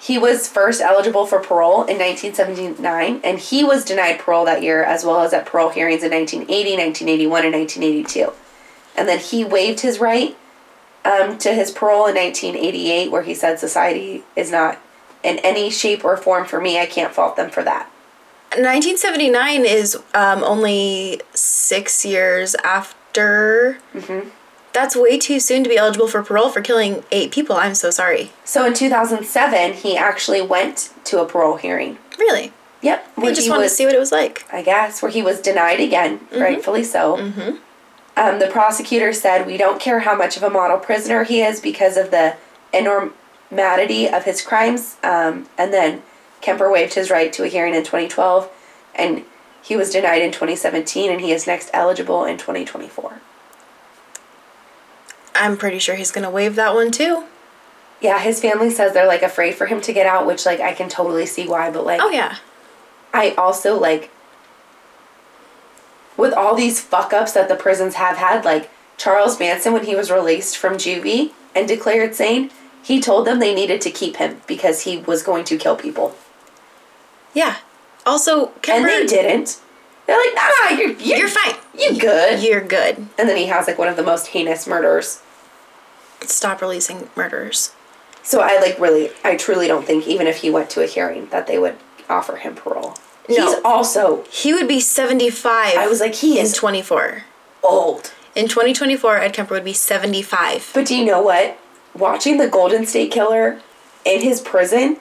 Speaker 5: He was first eligible for parole in 1979, and he was denied parole that year, as well as at parole hearings in 1980, 1981, and 1982. And then he waived his right um, to his parole in 1988, where he said, Society is not in any shape or form for me. I can't fault them for that.
Speaker 4: 1979 is um, only six years after.
Speaker 5: Mm-hmm.
Speaker 4: That's way too soon to be eligible for parole for killing eight people. I'm so sorry.
Speaker 5: So in 2007, he actually went to a parole hearing.
Speaker 4: Really?
Speaker 5: Yep.
Speaker 4: I
Speaker 5: where
Speaker 4: just
Speaker 5: he
Speaker 4: wanted
Speaker 5: was-
Speaker 4: to see what it was like.
Speaker 5: I guess, where he was denied again, rightfully so. Um, the prosecutor said, We don't care how much of a model prisoner he is because of the enormity of his crimes. Um, and then Kemper waived his right to a hearing in 2012, and he was denied in 2017, and he is next eligible in 2024.
Speaker 4: I'm pretty sure he's gonna waive that one too.
Speaker 5: Yeah, his family says they're like afraid for him to get out, which like I can totally see why, but like
Speaker 4: Oh yeah.
Speaker 5: I also like with all these fuck ups that the prisons have had, like Charles Manson when he was released from juvie and declared sane, he told them they needed to keep him because he was going to kill people,
Speaker 4: Yeah. Also,
Speaker 5: and
Speaker 4: Kemper,
Speaker 5: they didn't. They're like, nah, nah, you're you're,
Speaker 4: You're fine.
Speaker 5: you good.
Speaker 4: You're good.
Speaker 5: And then he has like one of the most heinous murders.
Speaker 4: Stop releasing murderers.
Speaker 5: So I like really, I truly don't think even if he went to a hearing that they would offer him parole.
Speaker 4: No.
Speaker 5: He's also
Speaker 4: He would be 75.
Speaker 5: I was like, he
Speaker 4: in
Speaker 5: is
Speaker 4: 24.
Speaker 5: old.
Speaker 4: In 2024, Ed Kemper would be 75.
Speaker 5: But do you know what? Watching the Golden State Killer in his prison,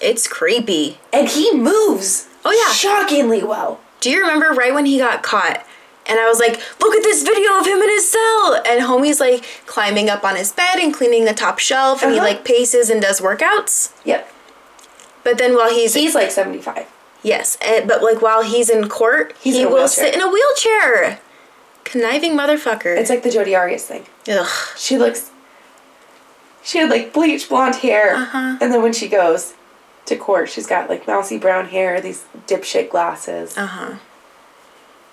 Speaker 4: It's creepy.
Speaker 5: and he moves.
Speaker 4: Mm. Oh, yeah.
Speaker 5: shockingly well.
Speaker 4: Do you remember right when he got caught? And I was like, look at this video of him in his cell. And homie's like climbing up on his bed and cleaning the top shelf. And he
Speaker 5: Uh-huh.
Speaker 4: like paces and does workouts.
Speaker 5: Yep,
Speaker 4: But then while he's,
Speaker 5: he's like seventy-five.
Speaker 4: yes, and, but like while he's in court,
Speaker 5: He's
Speaker 4: he
Speaker 5: in a
Speaker 4: will
Speaker 5: wheelchair.
Speaker 4: sit in a wheelchair. Conniving motherfucker.
Speaker 5: It's like the Jodi Arias thing.
Speaker 4: Ugh.
Speaker 5: She looks. She had like bleach blonde hair.
Speaker 4: Uh-huh.
Speaker 5: And then when she goes to court, she's got like mousy brown hair, these dipshit glasses.
Speaker 4: Uh-huh.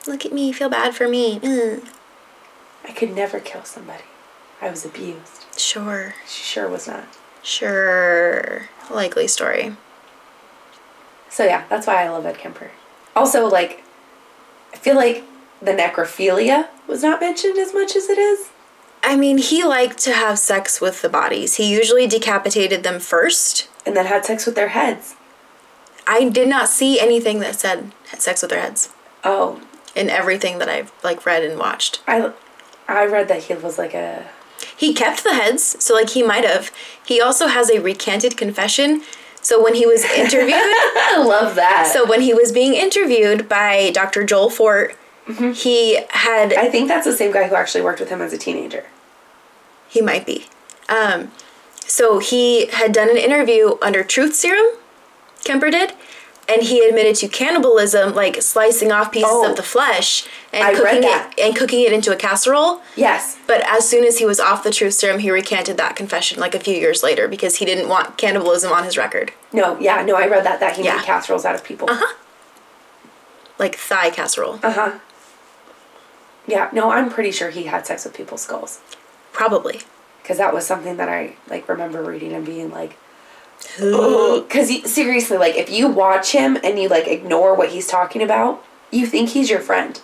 Speaker 4: Look at me, feel bad for me. Mm.
Speaker 5: I could never kill somebody. I was abused.
Speaker 4: Sure.
Speaker 5: She sure was not.
Speaker 4: Sure. Likely story.
Speaker 5: So yeah, that's why I love Ed Kemper. Also, like, I feel like the necrophilia was not mentioned as much as it is.
Speaker 4: I mean, he liked to have sex with the bodies. He usually decapitated them first.
Speaker 5: And then had sex with their heads.
Speaker 4: I did not see anything that said had sex with their heads
Speaker 5: Oh,
Speaker 4: in everything that I've like read and watched.
Speaker 5: I, I read that he was like a.
Speaker 4: He kept the heads, so like he might have. He also has a recanted confession. So when he was interviewed,
Speaker 1: *laughs*
Speaker 5: *laughs*
Speaker 1: I love that.
Speaker 4: so when he was being interviewed by Dr. Joel Fort, he had
Speaker 5: I think that's the same guy who actually worked with him as a teenager.
Speaker 4: He might be. Um, so he had done an interview under Truth Serum, Kemper did, and he admitted to cannibalism, like slicing off pieces
Speaker 5: Oh.
Speaker 4: of the flesh and
Speaker 5: I read
Speaker 4: cooking
Speaker 5: that.
Speaker 4: it and cooking it into a casserole.
Speaker 5: Yes.
Speaker 4: But as soon as he was off the Truth Serum, he recanted that confession like a few years later because he didn't want cannibalism on his record,
Speaker 5: No, yeah, no, I read that, that he
Speaker 4: Yeah.
Speaker 5: made casseroles out of people. Uh-huh.
Speaker 4: like thigh casserole,
Speaker 5: Uh-huh. Yeah, no, I'm pretty sure he had sex with people's skulls.
Speaker 4: probably.
Speaker 5: Because that was something that I, like, remember reading and being like, because seriously, like, if you watch him and you, like, ignore what he's talking about, you think he's your friend.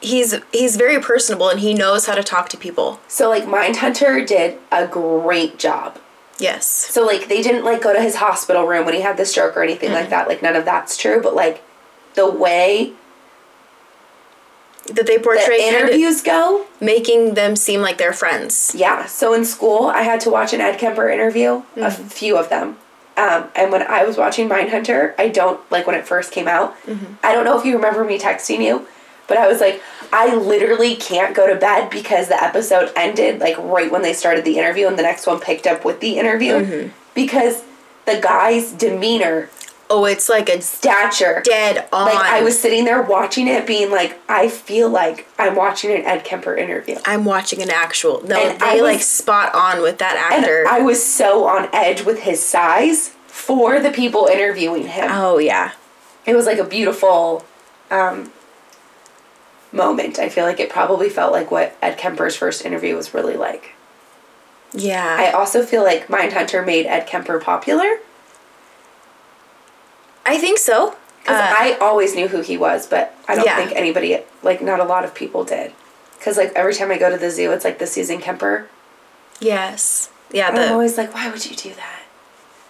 Speaker 4: He's he's very personable and he knows how to talk to people.
Speaker 5: So, like, Mindhunter did a great job.
Speaker 4: Yes.
Speaker 5: So, like, they didn't, like, go to his hospital room when he had the stroke or anything like that. Like, none of that's true. But, like, the way
Speaker 4: That they
Speaker 5: the
Speaker 4: portray kind of
Speaker 5: interviews go,
Speaker 4: making them seem like they're friends.
Speaker 5: Yeah, so in school, I had to watch an Ed Kemper interview, a few of them. Um, and when I was watching Mindhunter, I don't, like when it first came out, I don't know if you remember me texting you, but I was like, I literally can't go to bed because the episode ended, like right when they started the interview, and the next one picked up with the interview because the guy's demeanor,
Speaker 4: Oh, it's like a
Speaker 5: stature,
Speaker 4: dead on.
Speaker 5: like I was sitting there watching it, being like, I feel like I'm watching an Ed Kemper interview.
Speaker 4: I'm watching an actual. No,
Speaker 5: And I
Speaker 4: they
Speaker 5: was-
Speaker 4: like spot on with that
Speaker 5: And
Speaker 4: actor.
Speaker 5: I was so on edge with his size for the people interviewing him.
Speaker 4: oh yeah,
Speaker 5: It was like a beautiful um, moment. I feel like it probably felt like what Ed Kemper's first interview was really like. I
Speaker 4: yeah.
Speaker 5: also feel like Mindhunter made Ed Kemper popular
Speaker 4: I, think so.
Speaker 5: because
Speaker 4: Uh,
Speaker 5: I always knew who he was, but I don't
Speaker 4: Yeah.
Speaker 5: think anybody, like, not a lot of people did. Because, like, every time I go to the zoo, it's like the Susan Kemper.
Speaker 4: yes, yeah.
Speaker 5: And I'm
Speaker 4: The
Speaker 5: always like, why would you do that?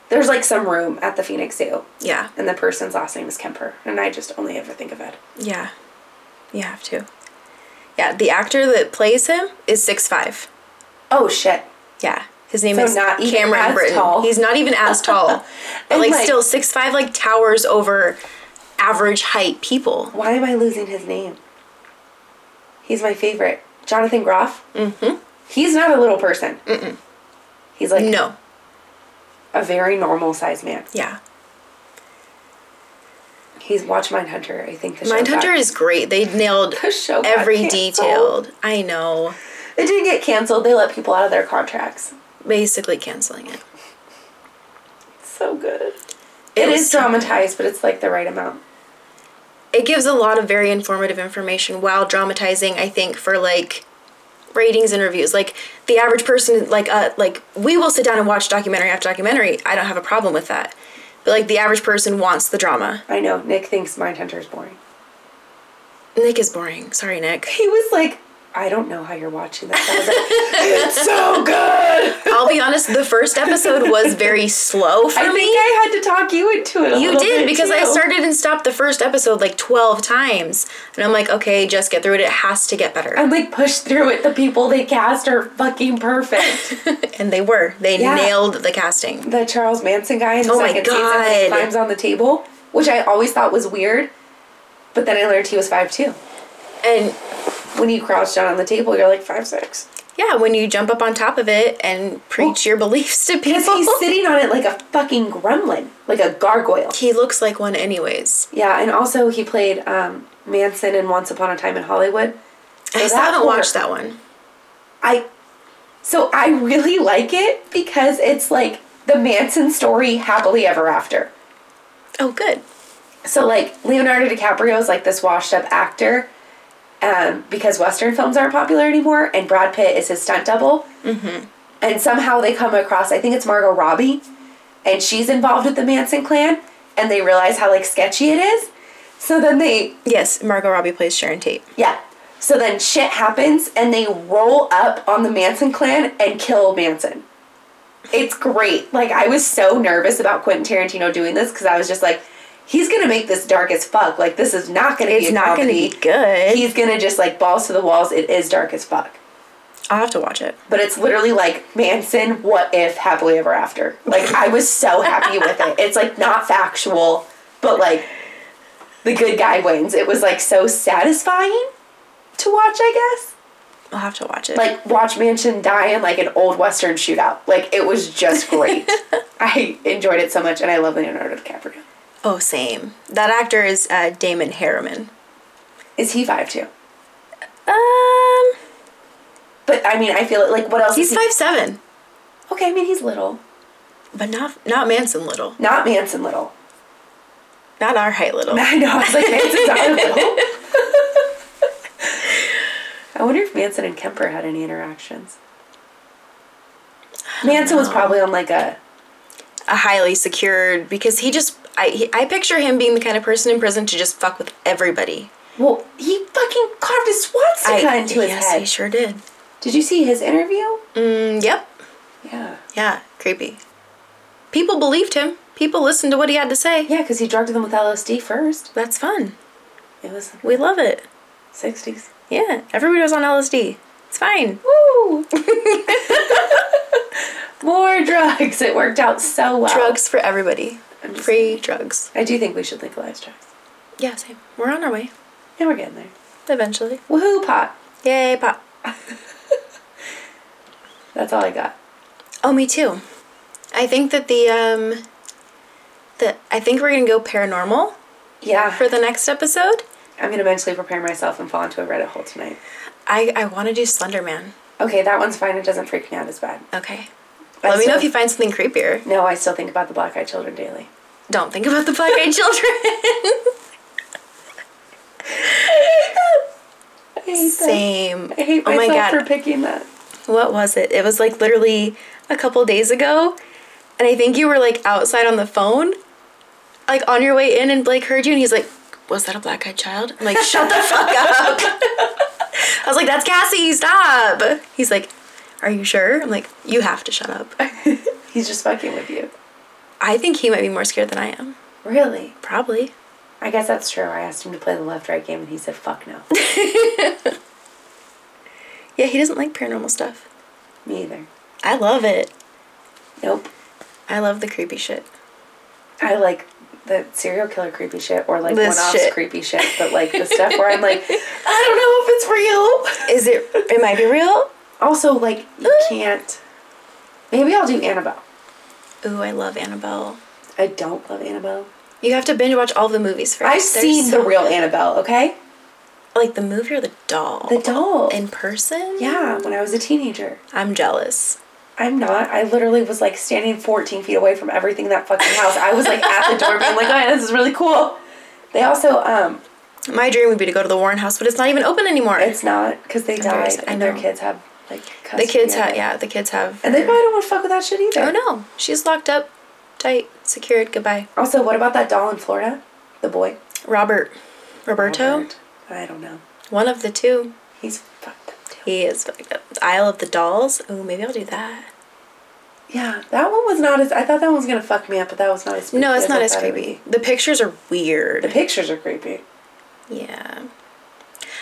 Speaker 5: There's like some room at the Phoenix Zoo
Speaker 4: yeah,
Speaker 5: and the person's last name is Kemper, and I just only ever think of Ed.
Speaker 4: yeah. You have to. Yeah, the actor that plays him is six five.
Speaker 5: Oh shit!
Speaker 4: Yeah, his name
Speaker 5: So
Speaker 4: is
Speaker 5: not even
Speaker 4: Cameron
Speaker 5: as
Speaker 4: Britton.
Speaker 5: tall.
Speaker 4: He's not even as
Speaker 5: *laughs*
Speaker 4: tall, but
Speaker 5: And,
Speaker 4: like,
Speaker 5: like-
Speaker 4: still six five like towers over average height people.
Speaker 5: Why am I losing his name? He's my favorite, Jonathan Groff. Mm-hmm. He's not a little person. Mm-mm. He's like
Speaker 4: No,
Speaker 5: a very normal sized man.
Speaker 4: yeah.
Speaker 5: He's watch Mindhunter. I think the show got-
Speaker 4: Mindhunter is great. They nailed
Speaker 5: The show got
Speaker 4: every
Speaker 5: canceled.
Speaker 4: detailed. I know.
Speaker 5: It didn't get canceled. They let people out of their contracts.
Speaker 4: Basically canceling it.
Speaker 5: It's so good.
Speaker 4: It
Speaker 5: it
Speaker 4: was
Speaker 5: is
Speaker 4: so good.
Speaker 5: dramatized, but it's like the right amount.
Speaker 4: It gives a lot of very informative information while dramatizing, I think, for like ratings and reviews. Like the average person like uh like we will sit down and watch documentary after documentary. I don't have a problem with that. But like the average person wants the drama.
Speaker 5: I know. Nick thinks Mindhunter is boring.
Speaker 4: Nick is boring. Sorry, Nick.
Speaker 5: He was like, I don't know how you're watching this. I was like,
Speaker 4: *laughs*
Speaker 5: it's so good.
Speaker 4: I'll be honest, the first episode was
Speaker 5: *laughs*
Speaker 4: very slow for
Speaker 5: I
Speaker 4: me.
Speaker 5: think I had to talk you into it. A
Speaker 4: You
Speaker 5: little
Speaker 4: did
Speaker 5: bit,
Speaker 4: because I
Speaker 5: too.
Speaker 4: started and stopped the first episode like 12 times. And I'm like, okay, just get through it. It has to get better.
Speaker 5: I'm like pushed through it. The people they cast are fucking
Speaker 4: *laughs*
Speaker 5: perfect.
Speaker 4: *laughs* and they were. They
Speaker 5: Yeah.
Speaker 4: nailed the casting.
Speaker 5: the Charles Manson guy in the
Speaker 4: Oh my
Speaker 5: second season when
Speaker 4: God.
Speaker 5: he climbs on the table, which I always thought was weird, but then I learned he was five two.
Speaker 4: And
Speaker 5: When you crouch down on the table, you're like five six.
Speaker 4: yeah, when you jump up on top of it and preach your beliefs to
Speaker 5: Because
Speaker 4: people, *laughs*
Speaker 5: he's sitting on it like a fucking gremlin, like a gargoyle.
Speaker 4: he looks like one, anyways.
Speaker 5: Yeah, and also he played um, Manson in Once Upon a Time in Hollywood.
Speaker 4: I
Speaker 5: that
Speaker 4: still haven't
Speaker 5: poor-
Speaker 4: watched that one.
Speaker 5: I So I really like it because it's like the Manson story happily ever after.
Speaker 4: Oh, good.
Speaker 5: So like Leonardo DiCaprio is like this washed up actor um, because Western films aren't popular anymore, and Brad Pitt is his stunt double. And somehow they come across. I think it's Margot Robbie, and she's involved with the Manson clan, and they realize how like sketchy it is. So then they
Speaker 4: Yes, Margot Robbie plays Sharon Tate.
Speaker 5: yeah. So then shit happens, and they roll up on the Manson clan and kill Manson. It's great. Like, I was so nervous about Quentin Tarantino doing this because I was just like, he's gonna make this dark as fuck. Like, this is not gonna
Speaker 4: It's
Speaker 5: be a
Speaker 4: not going to
Speaker 5: comedy.
Speaker 4: be good.
Speaker 5: He's gonna just like balls to the walls. It is dark as fuck.
Speaker 4: I'll have to watch it.
Speaker 5: But it's literally like Manson, what if, happily ever after. Like, I was so happy with it. It's like not factual, but like the good guy wins. It was like so satisfying to watch, I guess
Speaker 4: I'll have to watch it.
Speaker 5: like watch Mansion die in like an old western shootout. Like it was just great. I enjoyed it so much, and I love Leonardo DiCaprio.
Speaker 4: oh, same. That actor is uh, Damon Harriman.
Speaker 5: Is he five too?
Speaker 4: Um,
Speaker 5: But I mean, I feel it. Like what else?
Speaker 4: he's
Speaker 5: is he-
Speaker 4: five seven,
Speaker 5: Okay, I mean he's little,
Speaker 4: but not not Manson Little,
Speaker 5: not Manson little.
Speaker 4: not our height
Speaker 5: *laughs*
Speaker 4: Little.
Speaker 5: I know. I was like Manson's not little. I wonder if Manson and Kemper had any interactions. Manson was probably on like a
Speaker 4: a highly secured because he just I he, I picture him being the kind of person in prison to just fuck with everybody.
Speaker 5: well. He fucking carved a
Speaker 4: I,
Speaker 5: swastika into his
Speaker 4: yes,
Speaker 5: head.
Speaker 4: he sure did.
Speaker 5: Did you see his interview?
Speaker 4: Mm, yep.
Speaker 5: Yeah.
Speaker 4: Yeah, creepy. People believed him. People listened to what he had to say.
Speaker 5: Yeah, because he drugged them with LSD first.
Speaker 4: That's fun.
Speaker 5: It was
Speaker 4: We love it.
Speaker 5: 60s.
Speaker 4: Yeah, everybody was on LSD. It's fine.
Speaker 5: Woo! More drugs. It worked out so well.
Speaker 4: Drugs for everybody.
Speaker 5: just
Speaker 4: Free drugs.
Speaker 5: I do think we should legalize drugs.
Speaker 4: Yeah, same. We're on our way
Speaker 5: Yeah, we're getting there.
Speaker 4: eventually.
Speaker 5: Woohoo, pot.
Speaker 4: Yay, pop.
Speaker 5: That's all I got.
Speaker 4: Oh, me too. I think that the um the I think we're going to go paranormal
Speaker 5: Yeah.
Speaker 4: for the next episode.
Speaker 5: I'm gonna mentally prepare myself and fall into a Reddit hole tonight.
Speaker 4: I, I want to do Slender Man.
Speaker 5: Okay, that one's fine. It doesn't freak me out as bad.
Speaker 4: Okay.
Speaker 5: I
Speaker 4: Let me know
Speaker 5: still-
Speaker 4: if you find something creepier.
Speaker 5: No, I still think about the black eyed children daily.
Speaker 4: Don't think about the black
Speaker 5: *laughs*
Speaker 4: eyed children.
Speaker 5: I hate that.
Speaker 4: Same.
Speaker 5: I hate
Speaker 4: oh my
Speaker 5: myself
Speaker 4: god.
Speaker 5: for picking that.
Speaker 4: what was it? It was like literally a couple days ago. And I think you were like outside on the phone, like on your way in, and Blake heard you and he's like, Was that a black eyed child? I'm like, Shut the fuck up. *laughs* I was like, That's Cassie, stop. He's like, Are you sure? I'm like, You have to shut up.
Speaker 5: He's just fucking with you.
Speaker 4: I think he might be more scared than I am.
Speaker 5: Really?
Speaker 4: Probably.
Speaker 5: I guess that's true. I asked him to play the left right game and he said fuck no. *laughs*
Speaker 4: Yeah, he doesn't like paranormal stuff.
Speaker 5: me either.
Speaker 4: I love it.
Speaker 5: Nope.
Speaker 4: I love the creepy shit.
Speaker 5: I like the serial killer creepy shit or like
Speaker 4: This
Speaker 5: one offs
Speaker 4: shit.
Speaker 5: creepy shit, but like the stuff where
Speaker 4: *laughs*
Speaker 5: I'm like, I don't know if it's real.
Speaker 4: Is it? It might be real.
Speaker 5: Also, like, you can't. Maybe I'll do Annabelle.
Speaker 4: Ooh, I love Annabelle.
Speaker 5: I don't love Annabelle.
Speaker 4: You have to binge watch all the movies first.
Speaker 5: I've
Speaker 4: They're
Speaker 5: seen
Speaker 4: so-
Speaker 5: the real Annabelle, okay?
Speaker 4: like the movie or the doll.
Speaker 5: The doll.
Speaker 4: in person.
Speaker 5: yeah, when I was a teenager.
Speaker 4: I'm jealous.
Speaker 5: I'm not. I literally was like standing 14 feet away from everything in that fucking house. I was like at the door being like, oh, yeah, this is really cool. They also, um,
Speaker 4: My dream would be to go to the Warren House, but it's not even open anymore.
Speaker 5: it's not because they died
Speaker 4: embarrassing. I
Speaker 5: and their
Speaker 4: know.
Speaker 5: kids have like
Speaker 4: the kids
Speaker 5: custody of
Speaker 4: have
Speaker 5: it.
Speaker 4: yeah, the kids have.
Speaker 5: And they probably don't want to fuck with that shit either.
Speaker 4: oh no, she's locked up, tight, secured. Goodbye,
Speaker 5: Also, what about that doll in Florida? The boy.
Speaker 4: Robert, Roberto,
Speaker 5: Robert. I don't know.
Speaker 4: one of the two.
Speaker 5: He's fucked up too.
Speaker 4: He is fucked up. Isle of the Dolls. Ooh, maybe I'll do that.
Speaker 5: Yeah, that one was not as. I thought that one was gonna fuck me up, but that was not as. Creepy
Speaker 4: No, it's not
Speaker 5: I
Speaker 4: as
Speaker 5: thought it would
Speaker 4: creepy.
Speaker 5: be.
Speaker 4: The pictures are weird.
Speaker 5: The pictures are creepy.
Speaker 4: Yeah.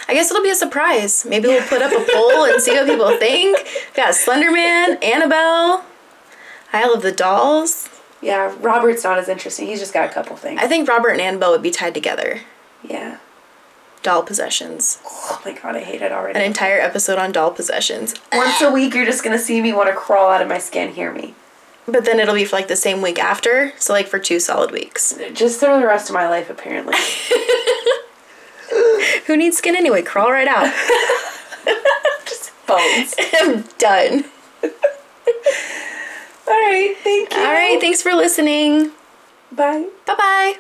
Speaker 4: I guess it'll be a surprise. Maybe we'll put up *laughs* a poll and see what people think. We got Slenderman, Annabelle, Isle of the Dolls.
Speaker 5: Yeah, Robert's not as interesting. He's just got a couple things.
Speaker 4: I think Robert and Annabelle would be tied together.
Speaker 5: yeah.
Speaker 4: Doll possessions.
Speaker 5: Oh my god, I hate it already.
Speaker 4: An entire episode on doll possessions.
Speaker 5: Once a week, you're just gonna see me want to crawl out of my skin. Hear me.
Speaker 4: But then it'll be for like the same week after. So like for two solid weeks.
Speaker 5: Just through the rest of my life, *laughs* apparently.
Speaker 4: Who needs skin anyway? Crawl right out.
Speaker 5: Bones.
Speaker 4: *laughs* I'm done.
Speaker 5: right. Thank you.
Speaker 4: All right, thanks for listening.
Speaker 5: Bye.
Speaker 4: Bye bye.